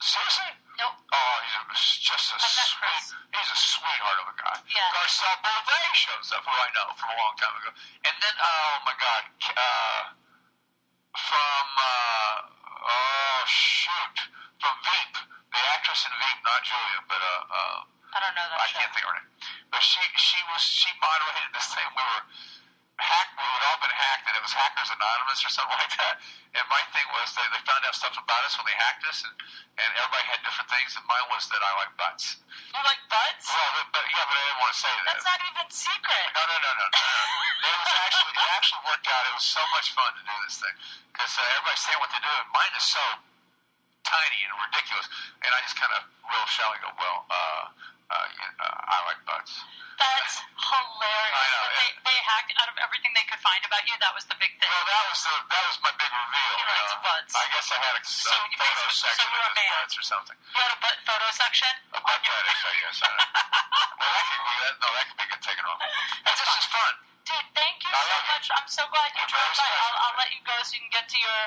Seriously? Nope. Oh, he's a, just a met sweet. Chris. He's a sweetheart of a guy. Yeah. Garcelle Beauvais shows up, who I know from a long time ago. And then, oh my God, uh, from uh, oh shoot, from Veep, the actress in Veep, not Julia, but uh, uh I don't know that I show. can't think of her name. But she she was she moderated this thing. We were hacked. We had all been hacked, and it was Hackers Anonymous or something <laughs> like that. And my thing was they, they found out stuff about us when they hacked us, and, and everybody had different things. And mine was that I like butts. You like buds? Well, but, but yeah, but I didn't want to say that. That's not even secret. No, no, no, no. no. it was actually it actually worked out. It was so much fun to do this thing because uh, everybody's saying what to do, and mine is so tiny and ridiculous. And I just kind of real shallow go, well, uh, uh, yeah, uh, I like butts. That's hilarious. I know, But they, they hacked out of everything they could find about you. That was the big thing. Well, that was the that was my big reveal. He you likes know. butts. I guess I had a, so, you photo basically- so section you're with a man. butts or something. you had a butt photo section. <laughs> A butt fetish, I guess. I don't know. well, that could, well, that, no, that could be get taken off. That's just is fun. Dude, thank you I so love you. much. I'm so glad you You're drove very by. special. I'll, I'll let you go so you can get to your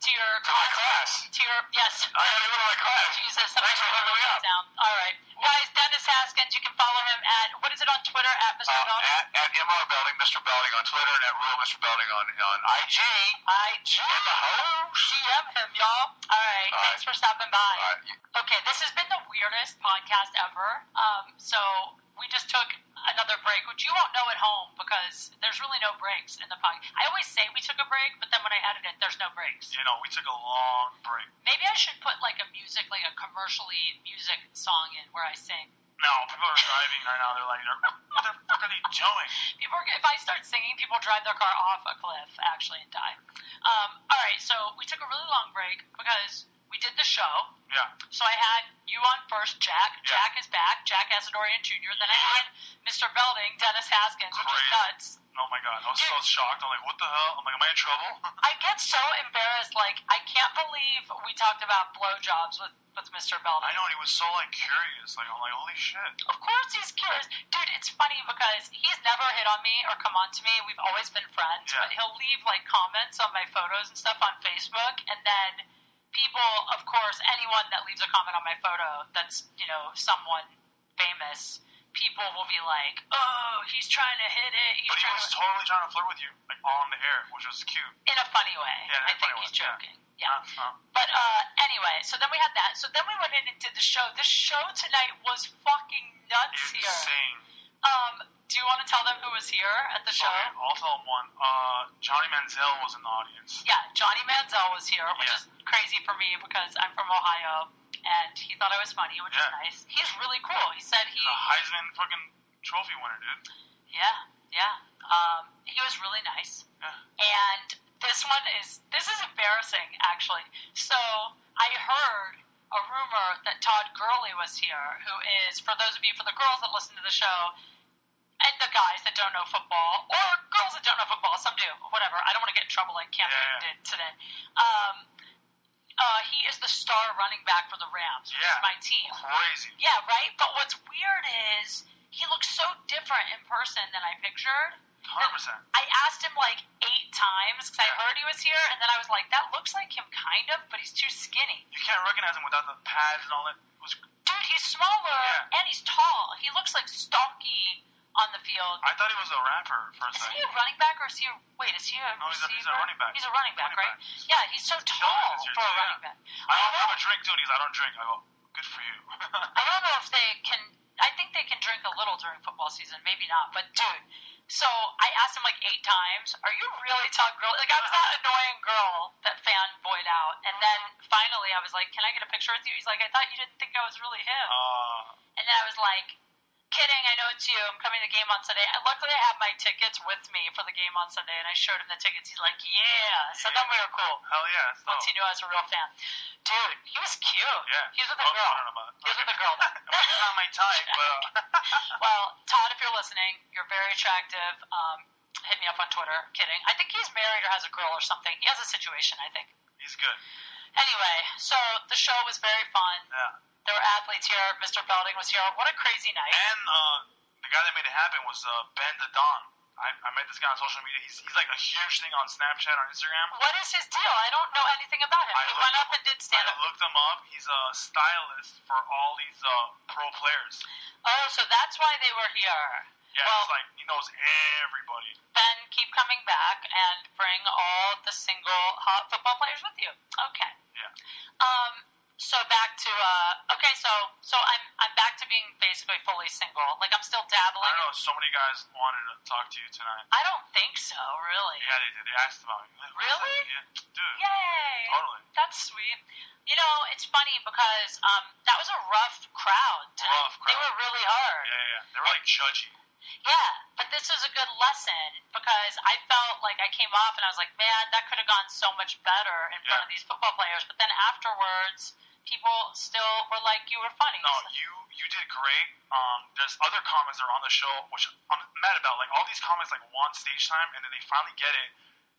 to your To my class. To your yes. I gotta go to my class. Jesus, Thanks for holding me up. down. All right, guys. Dennis Haskins. You can follow him at what is it on Twitter at Mr. Um, Belden? at, at MR Belding, Mr. Belding on Twitter, and at Real Mr. Belding on, on IG. I G- What the hell? GM him, y'all. All right. All thanks right. for stopping by. All right, you- Okay, this has been the weirdest podcast ever. Um, so we just took another break, which you won't know at home because there's really no breaks in the podcast. I always say we took a break, but then when I edit it, there's no breaks. You know, we took a long break. Maybe I should put like a music, like a commercially music song in where I sing. No, people are driving right now. They're like, what the fuck are they doing? People, are- if I start singing, people drive their car off a cliff actually and die. Um, all right, so we took a really long break because we did the show. Yeah. So I had you on first, Jack. Yeah. Jack is back. Jack Asadorian Jr. Then I had Mr. Belding, Dennis Haskins, which is Great. nuts. Oh my god, I was so shocked. I'm like, what the hell? I'm like, am I in trouble? I <laughs> get so embarrassed. Like I can't believe we talked about blowjobs with with Mr. Belding. know, and he was so like curious. Like, I'm like, holy shit. Of course he's curious. Dude, it's funny because he's never hit on me or come on to me. We've always been friends, Yeah. but he'll leave like comments on my photos and stuff on Facebook and then people, of course, anyone that leaves a comment on my photo that's, you know, someone famous, people will be like, "Oh, he's trying to hit it." He's But he trying was to... totally trying to flirt with you, like on the air, which was cute. in a funny way. Yeah, in a I think funny he's way, yeah. joking. Yeah. Uh, uh. But uh, anyway, so then we had that. So then we went in and did the show. The show tonight was fucking nuts here. Insane. Um, do you want to tell them who was here at the show? Okay, I'll tell him one. Uh, Johnny Manziel was in the audience. Yeah, Johnny Manziel was here, which Yeah. is crazy for me because I'm from Ohio, and he thought I was funny, which Yeah. is nice. He's really cool. He said he, He's a Heisman fucking trophy winner, dude. yeah, yeah. Um, he was really nice. Yeah. And this one is this is embarrassing actually. So I heard a rumor that Todd Gurley was here, who is for those of you for the girls that listen to the show and the guys that don't know football, or girls that don't know football, some do, whatever. I don't want to get in trouble like Cam Yeah. Newton did today. Um, uh, he is the star running back for the Rams, which is Yeah. my team. Crazy. Yeah, right. But what's weird is he looks so different in person than I pictured. 100%. I asked him like eight times because I Yeah. heard he was here, and then I was like, "That looks like him, kind of, but he's too skinny." You can't recognize him without the pads and all that. It was, Dude, he's smaller Yeah. and he's tall. He looks like Stonky on the field. I thought he was a rapper for a Is he second. a running back or is he? A, wait, is he a No, he's a- receiver? he's a running back. He's a running back, Running right? back. Yeah, he's so tall he's here for a too, yeah. running back. I don't know- have a drink, dude. He's, I don't drink. I go, good for you. <laughs> I don't know if they can. I think they can drink a little during football season, maybe not. But dude, so I asked him like eight times, "Are you really top girl?" Like I was that annoying girl that fanboyed out, and then finally I was like, "Can I get a picture with you?" He's like, "I thought you didn't think I was really him," uh, and then I was like. Kidding, I know it's you. I'm coming to the game on Sunday. And Luckily, I have my tickets with me for the game on Sunday, and I showed him the tickets. He's like, "Yeah." So then we were cool. hell yeah. So, Once he knew I was a real fan, dude, he was cute. yeah. he was with a Oh, girl. I don't know about He was with a <laughs> girl. though. It's not my type, but uh, <laughs> Well, Todd, if you're listening, you're very attractive. Um, hit me up on Twitter. Kidding. I think he's married or has a girl or something. He has a situation, I think. he's good. Anyway, so the show was very fun. Yeah. There were athletes here. Mr. Belding was here. What a crazy night. And uh, the guy that made it happen was uh, Ben the Don. I I, I met this guy on social media. He's, he's like a huge thing on Snapchat, on Instagram. What is his deal? I don't know anything about him. he I looked went him up and did stand I up. looked him up. He's a stylist for all these uh, pro players. Oh, so that's why they were here. Yeah, well, he's like he knows everybody. then keep coming back and bring all the single hot football players with you. Okay. Yeah. Um, so back to uh, okay, so so I'm I'm back to being basically fully single. Like I'm still I dabbling. don't know. So many guys wanted to talk to you tonight. I don't think so, really. Yeah, they did. They asked about me. Like, who is that? Really? Yeah, dude. Yay! Totally. That's sweet. You know, it's funny because um, that was a rough crowd. tonight. Rough They crowd. were really hard. Yeah, yeah. yeah. They were like judgy. Yeah, but this was a good lesson because I felt like I came off and I was like, man, that could have gone so much better in front Yeah. of these football players. But then afterwards, people still were like, you were funny. No, you you did great. Um, there's other comments that are on the show which I'm mad about. Like all these comments like want stage time, and then they finally get it.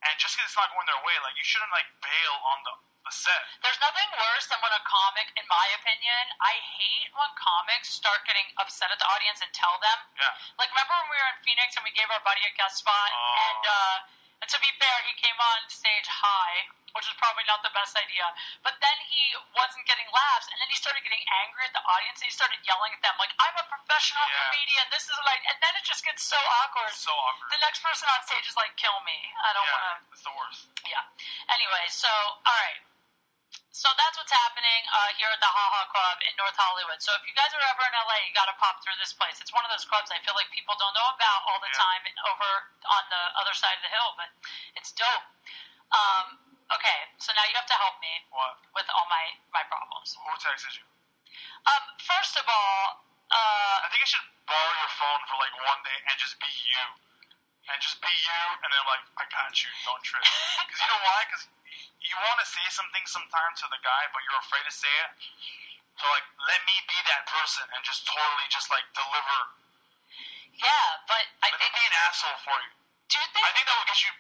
And just because it's not going their way, like you shouldn't like bail on the the set. There's nothing worse than when a comic, in my opinion, I hate when comics start getting upset at the audience and tell them. Yeah. Like, remember when we were in Phoenix and we gave our buddy a guest spot? Oh. And, uh, and to be fair, he came on stage high, which was probably not the best idea. But then he wasn't getting laughs, and then he started getting angry at the audience and he started yelling at them, like, I'm a professional Yeah. comedian, this is like. And then it just gets so awkward. It's so awkward. The next person on stage is like, kill me. I don't want to. yeah, it's the worst. Yeah. Anyway, so all right. So that's what's happening uh, here at the Ha Ha Club in North Hollywood. So if you guys are ever in LA, you got to pop through this place. It's one of those clubs I feel like people don't know about all the Yeah. time over on the other side of the hill, but it's dope. Um, okay, so now you have to help me What? with all my my problems. Who texted you? Um, first of all, I uh, think I should borrow your phone for like one day and just be you. And just be you, and then like, I got you, don't <laughs> trip. Because you know why? Because you want to say something sometimes to the guy, but you're afraid to say it. So like, let me be that person and just totally just like deliver. yeah, but I Let me think be an asshole for you. do you I think think that will get you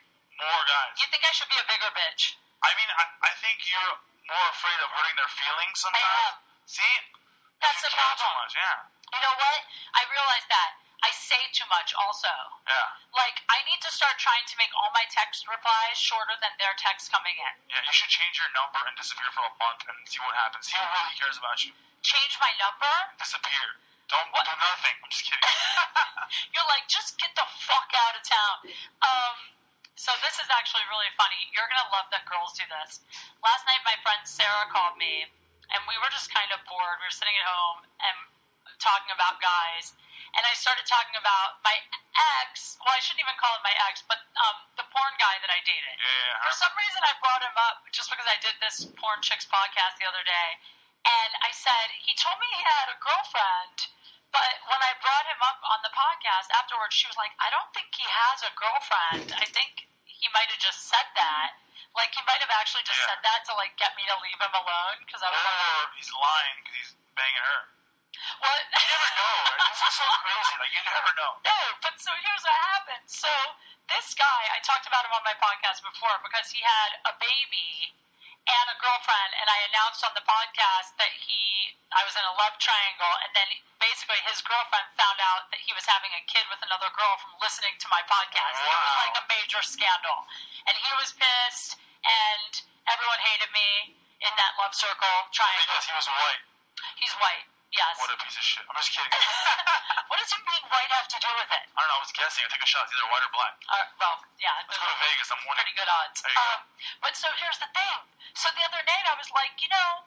more guys. you think I should be a bigger bitch? I mean, I, I think you're more afraid of hurting their feelings sometimes. See? That's the you care too problem. much, yeah. You know what? I realize that I say too much also. Yeah. like I need to start trying to make all my text replies shorter than their text coming in. Yeah, you should change your number and disappear for a month and see what happens. See who really cares about you. Change my number. Disappear. Don't do nothing. I'm just kidding. You're like, just get the fuck out of town. Um, so this is actually really funny. You're gonna love that girls do this. Last night, my friend Sarah called me, and we were just kind of bored. We were sitting at home and talking about guys, and I started talking about my ex. Well, I shouldn't even call it my ex, but um, the porn guy that I dated. Yeah, For yeah, yeah. some reason, I brought him up just because I did this porn chicks podcast the other day, and I said he told me he had a girlfriend, but when I brought him up on the podcast afterwards, she was like, "I don't think he has a girlfriend. I think he might have just said that. Like he might have actually just Yeah. said that to like get me to leave him alone because I was like, Or he's lying because he's banging her. well, Uh, You never know. Right? This is so <laughs> crazy. Like you never know. No, Oh, but so here's what happened. So this guy, I talked about him on my podcast before because he had a baby and a girlfriend, and I announced on the podcast that he, I was in a love triangle, and then basically his girlfriend found out that he was having a kid with another girl from listening to my podcast. It was Wow. like a major scandal, and he was pissed, and everyone hated me in that love circle Because triangle. <laughs> he was white. He's white. Yes. What a piece of shit. I'm just kidding. I <laughs> what does him being white have to do with it? don't know. I was guessing. I took a shot. It's either white or black. Uh, well, yeah. Let's go to Vegas. I'm winning. pretty good odds. There you go. Um, but so here's the thing. So the other night I was like, you know,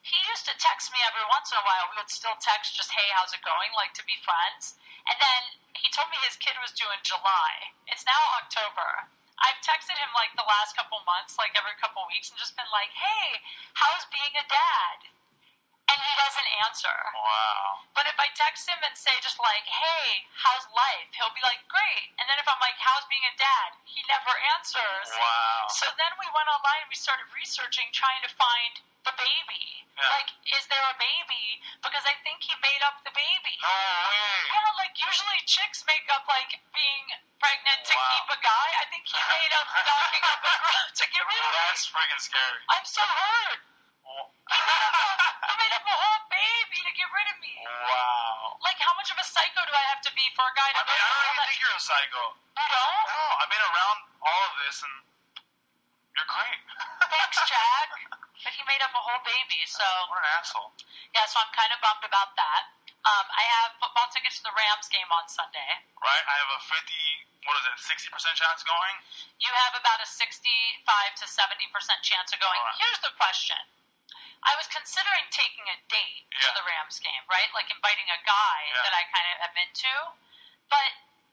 he used to text me every once in a while. We would still text just, hey, how's it going? Like to be friends. And then he told me his kid was due in July. It's now October. I've texted him like the last couple months, like every couple weeks, and just been like, hey, how's being a dad? And he doesn't answer. Wow. But if I text him and say just like, "Hey, how's life?" He'll be like, "Great." And then if I'm like, "How's being a dad?" he never answers. Wow. So then we went online and we started researching trying to find the baby. Yeah. Like, is there a baby? Because I think he made up the baby. No way. Yeah, like usually chicks make up like being pregnant to Wow. keep a guy. I think he made up knocking up a girl to get <laughs> rid of her. That's freaking scary. I'm so hurt. He Wow. <laughs> made up a whole baby to get rid of me. Like, how much of a psycho do I have to be crazy for a guy I to mean, I don't even think you're a psycho. You <laughs> don't? No, I've been around all of this, and you're great. <laughs> Thanks, Jack. But he made up a whole baby, so What an asshole. yeah. So I'm kind of bummed about that. Um, I have football tickets to the Rams game on Sunday. Right? I have a 50, what is it, 60% chance going? You have about a 65 to 70 percent chance of going. All right. Here's the question: I was considering taking a date to Yeah. the Rams game, right? Like inviting a guy Yeah. that I kind of am into, but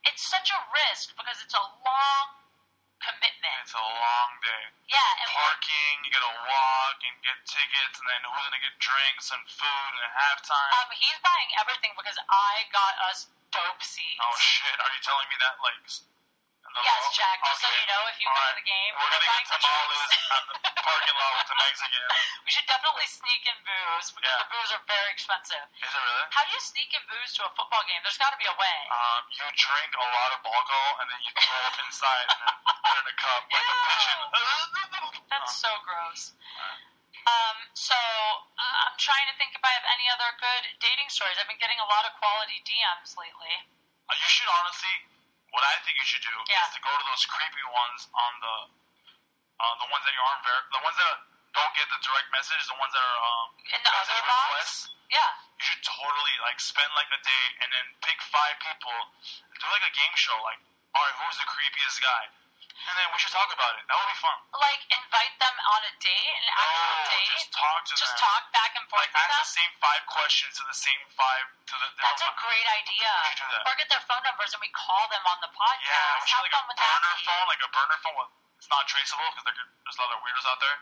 it's such a risk because it's a long commitment. It's a long day. Yeah, and Parking, you gotta walk and get tickets, and then who's gonna get drinks and food and halftime? um, he's buying everything because I got us dope seats. oh shit, are you telling me that, like. s- the Yes, law- Jack, just so you know, if you All go to right. the game, we're we're gonna buying get the tamales drinks. <laughs> at the parking lot with the Mexican. we should definitely sneak in booze because Yeah. the booze are very expensive. Is it really? How do you sneak in booze to a football game? There's got to be a way. Um, you drink a lot of alcohol and then you throw up inside and then put it in a cup like a Ew. pigeon. That's uh. so gross. Um, so uh, I'm trying to think if I have any other good dating stories. I've been getting a lot of quality DMs lately. Uh, You should honestly. What I think you should do Yeah. is to go to those creepy ones on the, uh, the ones that you aren't ver- the ones that don't get the direct message, the ones that are um, In the message other requests. box? Yeah. You should totally like spend like a day and then pick five people, do like a game show. Like, all right, who's the creepiest guy? And then we should talk about it. That would be fun. Like, invite them on a date, an actual Oh, date. just talk to Just them. talk back and forth Like, with ask them. the same five questions to the same five to the. That's a great idea. We should do that. Or get their phone numbers and we call them on the podcast. Yeah, we should How like fun a would that burner be? phone, like a burner phone. With, it's not traceable because there's a lot of weirdos out there,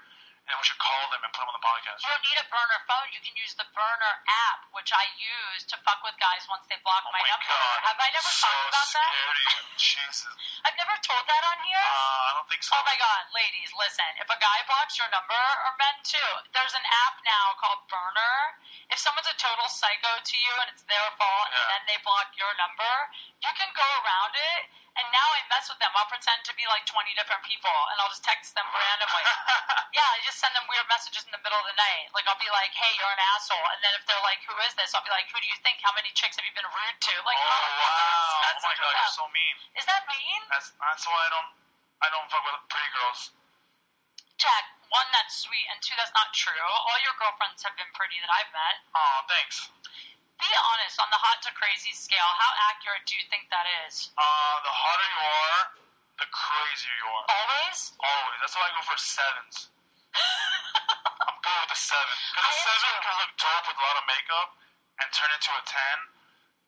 and we should call them and put them on the podcast. You don't need a burner phone. You can use the burner app, which I use to fuck with guys once they block Oh my, number. god, Have I never so talked about that? scary. <laughs> Jesus, I've never told that on here. uh, I don't think so. Oh my god, ladies, listen. If a guy blocks your number, or men too, there's an app now called Burner. If someone's a total psycho to you and it's their fault and Yeah. then they block your number, you can go around it. And now I mess with them. I'll pretend to be like 20 different people and I'll just text them <laughs> randomly. yeah, I just send them weird messages in the middle of the night. Like, I'll be like, hey, you're an asshole. And then if they're like, who is this? I'll be like, who do you think? How many chicks have you been rude to? Like, Oh I'll have wow! Oh messages my with god, you're them. so mean. Is that mean? That's that's why I don't I don't fuck with pretty girls. Jack, one, that's sweet, and two, that's not true. All your girlfriends have been pretty that I've met. Oh, thanks. Be honest, on the hot to crazy scale, how accurate do you think that is? Uh, the hotter you are, the crazier you are. Always? Always. That's why I go for <laughs> sevens. I'm good with a seven. Because I a am seven too. can look dope with a lot of makeup and turn into a ten,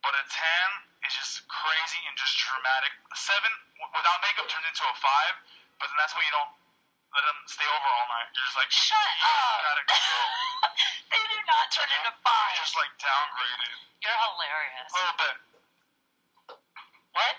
but a ten is just crazy and just dramatic. A seven w- without makeup turns into a five, but then that's when you don't let them stay over all night. You're just like, Shut "You Gotta up! go. <laughs> they do not <laughs> turn into You're five. just like downgraded You're hilarious. a little bit. Oh, What?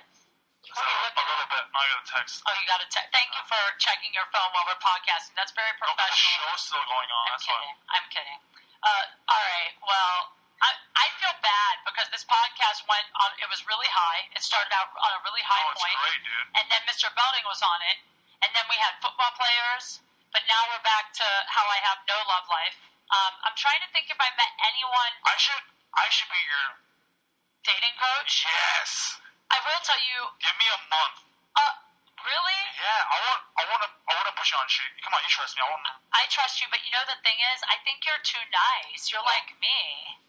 So, a little bit. Now I got a text. Oh, you got to te- thank you for checking your phone while we're podcasting. That's very No, 'cause Oh, the professional. show's still going on. I'm That's why. kidding. I'm kidding. Uh, all right. Well, I, I feel bad because this podcast went on. It was really high. It started out on a really high Oh, it's point. great, dude. and then Mr. Belding was on it, and then we had football players, but now we're back to how I have no love life. Um, I'm trying to think if I met anyone I should. I should be your dating coach. yes. I will tell you, Give me a month. uh, really, Yeah, I want, I want to, I want to put you on shit. Come on, you trust me. I want. I trust you, but you know the thing is, I think you're too nice. You're like me.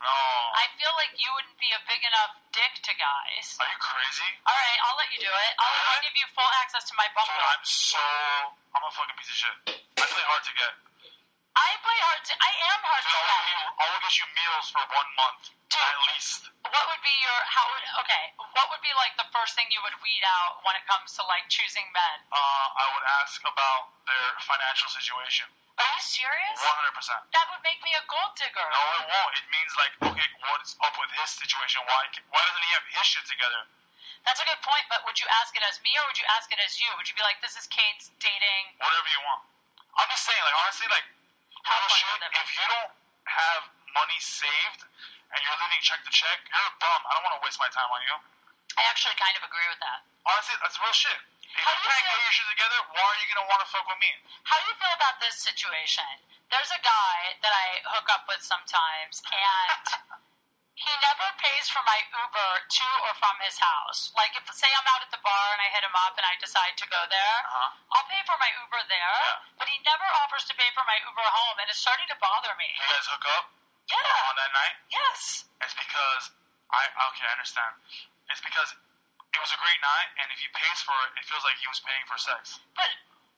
No. I feel like you wouldn't be a big enough dick to guys. Are you crazy? All right, I'll let you do it. I'll, I'll Really? give you full access to my Dude, Bumble. I'm so. I'm a fucking piece of shit. I play hard to get. I play hard to. I am hard Dude, to I will, get. get you, I will get you meals for one month at least. What would be your how would okay? What would be like the first thing you would weed out when it comes to like choosing men? Uh, I would ask about their financial situation. Are you serious? 100. percent That would make me a gold digger. No, it won't. It means like, okay, what's up with his situation? Why, why doesn't he have his shit together? That's a good point. But would you ask it as me or would you ask it as you? Would you be like, "This is Kate's dating"? Whatever you want. I'm just saying, like honestly, like How real much shit, would that if you don't have money saved and you're living check to check, you're a bum. I don't want to waste my time on you. I actually kind of agree with that. Honestly, that's real shit. If How you do you can't feel- get your shit together, why are you gonna want to fuck with me? How do you feel about this <laughs> situation? There's a guy that I hook up with sometimes, and he never pays for my Uber to or from his house. Like, if say I'm out at the bar and I hit him up and I decide to go there, Uh-huh. I'll pay for my Uber there. Yeah. But he never offers to pay for my Uber home, and it's starting to bother me. You guys hook up Yeah. on that night? Yes. It's because I okay, I understand. It's because it was a great night, and if he pays for it, it feels like he was paying for sex. But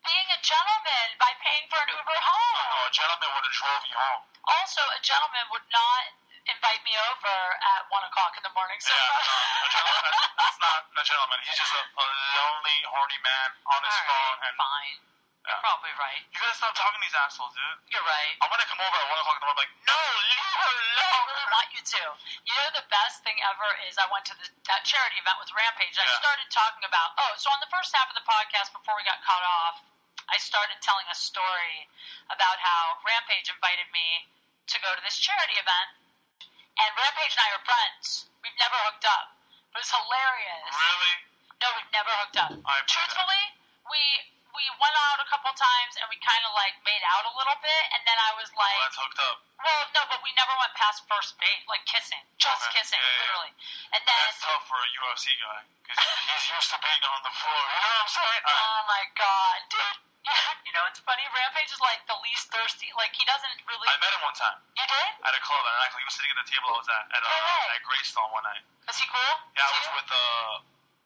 being a gentleman by paying for an Uber No, home. a gentleman would have drove you home. Also, a gentleman would not invite me over at one o'clock in the morning. So Yeah, <laughs> no, a gentleman, that's, that's not a gentleman. He's just a, a lonely, horny man on his All phone. right, And fine. Yeah. Probably right. you gotta stop talking to these assholes, dude. You're right. I'm gonna come over at one o'clock in the morning. Like, no, leave her I alone. really want you to. You know the best thing ever is I went to the, that charity event with Rampage. I Yeah. started talking about oh, so on the first half of the podcast before we got cut off, I started telling a story about how Rampage invited me to go to this charity event, and Rampage and I are friends. We've never hooked up, but it's hilarious. Really? No, we've never hooked up. I bet. Truthfully, we we went out a couple times and we kind of like made out a little bit, and then I was like. Well, that's hooked up. Well, no, but we never went past first date, like kissing, just Okay. kissing, Yeah, yeah, yeah. literally. And then, That's tough for a UFC guy because he's used to being on the floor. You know what I'm saying? All right. oh my god, dude, <laughs> you know it's funny. Rampage is like the least thirsty. Like he doesn't really. I met him one time you did? at a club. At actually, he was sitting at the table I was at at, Oh. uh, at Greystone one night. Was he cool? Yeah, I too? was with uh,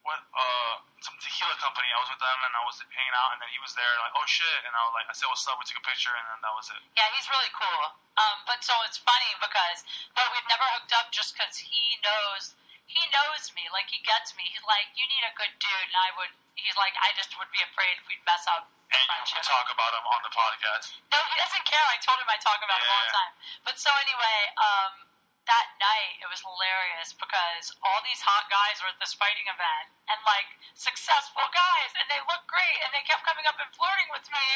what uh, some tequila company. I was with them and I was hanging out, and then he was there. And like, oh shit! And I was like, I said, what's up? We took a picture, and then that was it. Yeah, he's really cool. Um, but so it's funny because no, we've never hooked up just because he knows he knows me. Like he gets me. He's like, you need a good dude, and I would. He's like, I just would be afraid if we'd mess up. And you friendship. can talk about him on the podcast. <laughs> No, he doesn't care. I told him I talk about him all the Yeah. time. But so anyway, um, that night it was hilarious because all these hot guys were at this fighting event and like successful guys, and they looked great, and they kept coming up and flirting with me,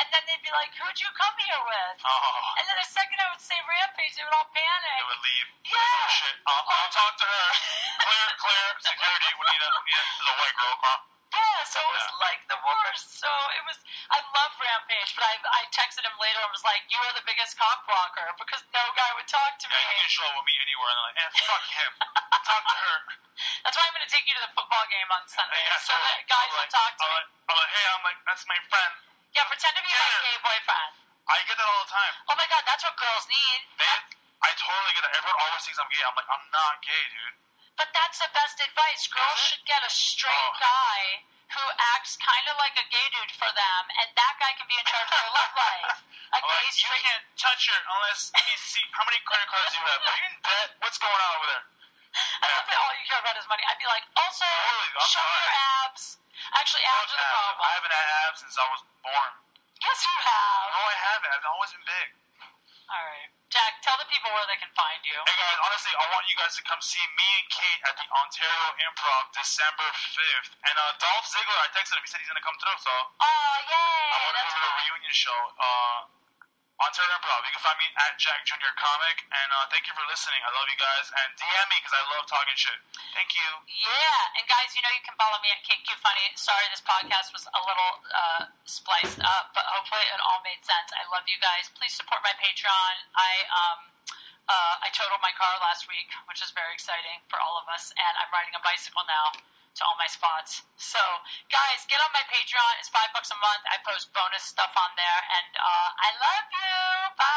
and then they'd be like, "Who'd you come here with?" Oh, And then the second I would say Rampage, they would all they panic. would leave. Yeah. Oh, shit. I'll, I'll talk to her. Claire, Claire, security. We need a, we need a, this is a white girl call. <laughs> Yeah, so it was Yeah. like the worst. So it was. I love Rampage, but I I texted him later and was like, "You are the biggest cock blocker because no guy would talk to Yeah, you me." can show up with me anywhere. And they're like, eh, fuck him. talk to her. That's why I'm going to take you to the football game on Sunday, Yeah, so that guys I'm will like, talk to I'm me. like, I'm like, hey, I'm like, that's my friend. Yeah, pretend to be my Yeah. gay boyfriend. I get that all the time. Oh my god, that's what girls need. They, I totally get that. Everyone always thinks I'm gay. I'm like, I'm not gay, dude. But that's the best advice. Girls Is it? should get a straight Uh-huh. Oh. guy who acts kind of like a gay dude for them, and that guy can be in charge of their love <laughs> life. A I'm gay like, you straight. can't touch her unless let me see how many credit cards you have. Are you in debt? What's going on over there? I love that all you care about is money. I'd be like, also, Totally, I'm show me your abs. Actually, abs are the problem. I haven't had abs since I was born. Yes, you No, have. I haven't. I've always been big. All right. Jack, tell the people where they can find you. Hey guys, honestly, I want you guys to come see me and Kate at the Ontario Improv December 5th. And uh, Dolph Ziggler, I texted him. He said he's going to come through, so Oh, yay. I'm going to That's do a cool. reunion show. Uh, Ontario Improv. You can find me at Jack Junior Comic. And uh, thank you for listening. I love you guys. And DM me because I love talking shit. Thank you. Yeah, and guys, you know you can follow me at KQ Funny. Sorry, this podcast was a little uh, spliced up, but hopefully it all made sense. I love you guys. Please support my Patreon. I um, uh, I totaled my car last week, which is very exciting for all of us, and I'm riding a bicycle now to all my spots. So, guys, get on my Patreon. It's five bucks a month. I post bonus stuff on there, and uh, I love you. Bye.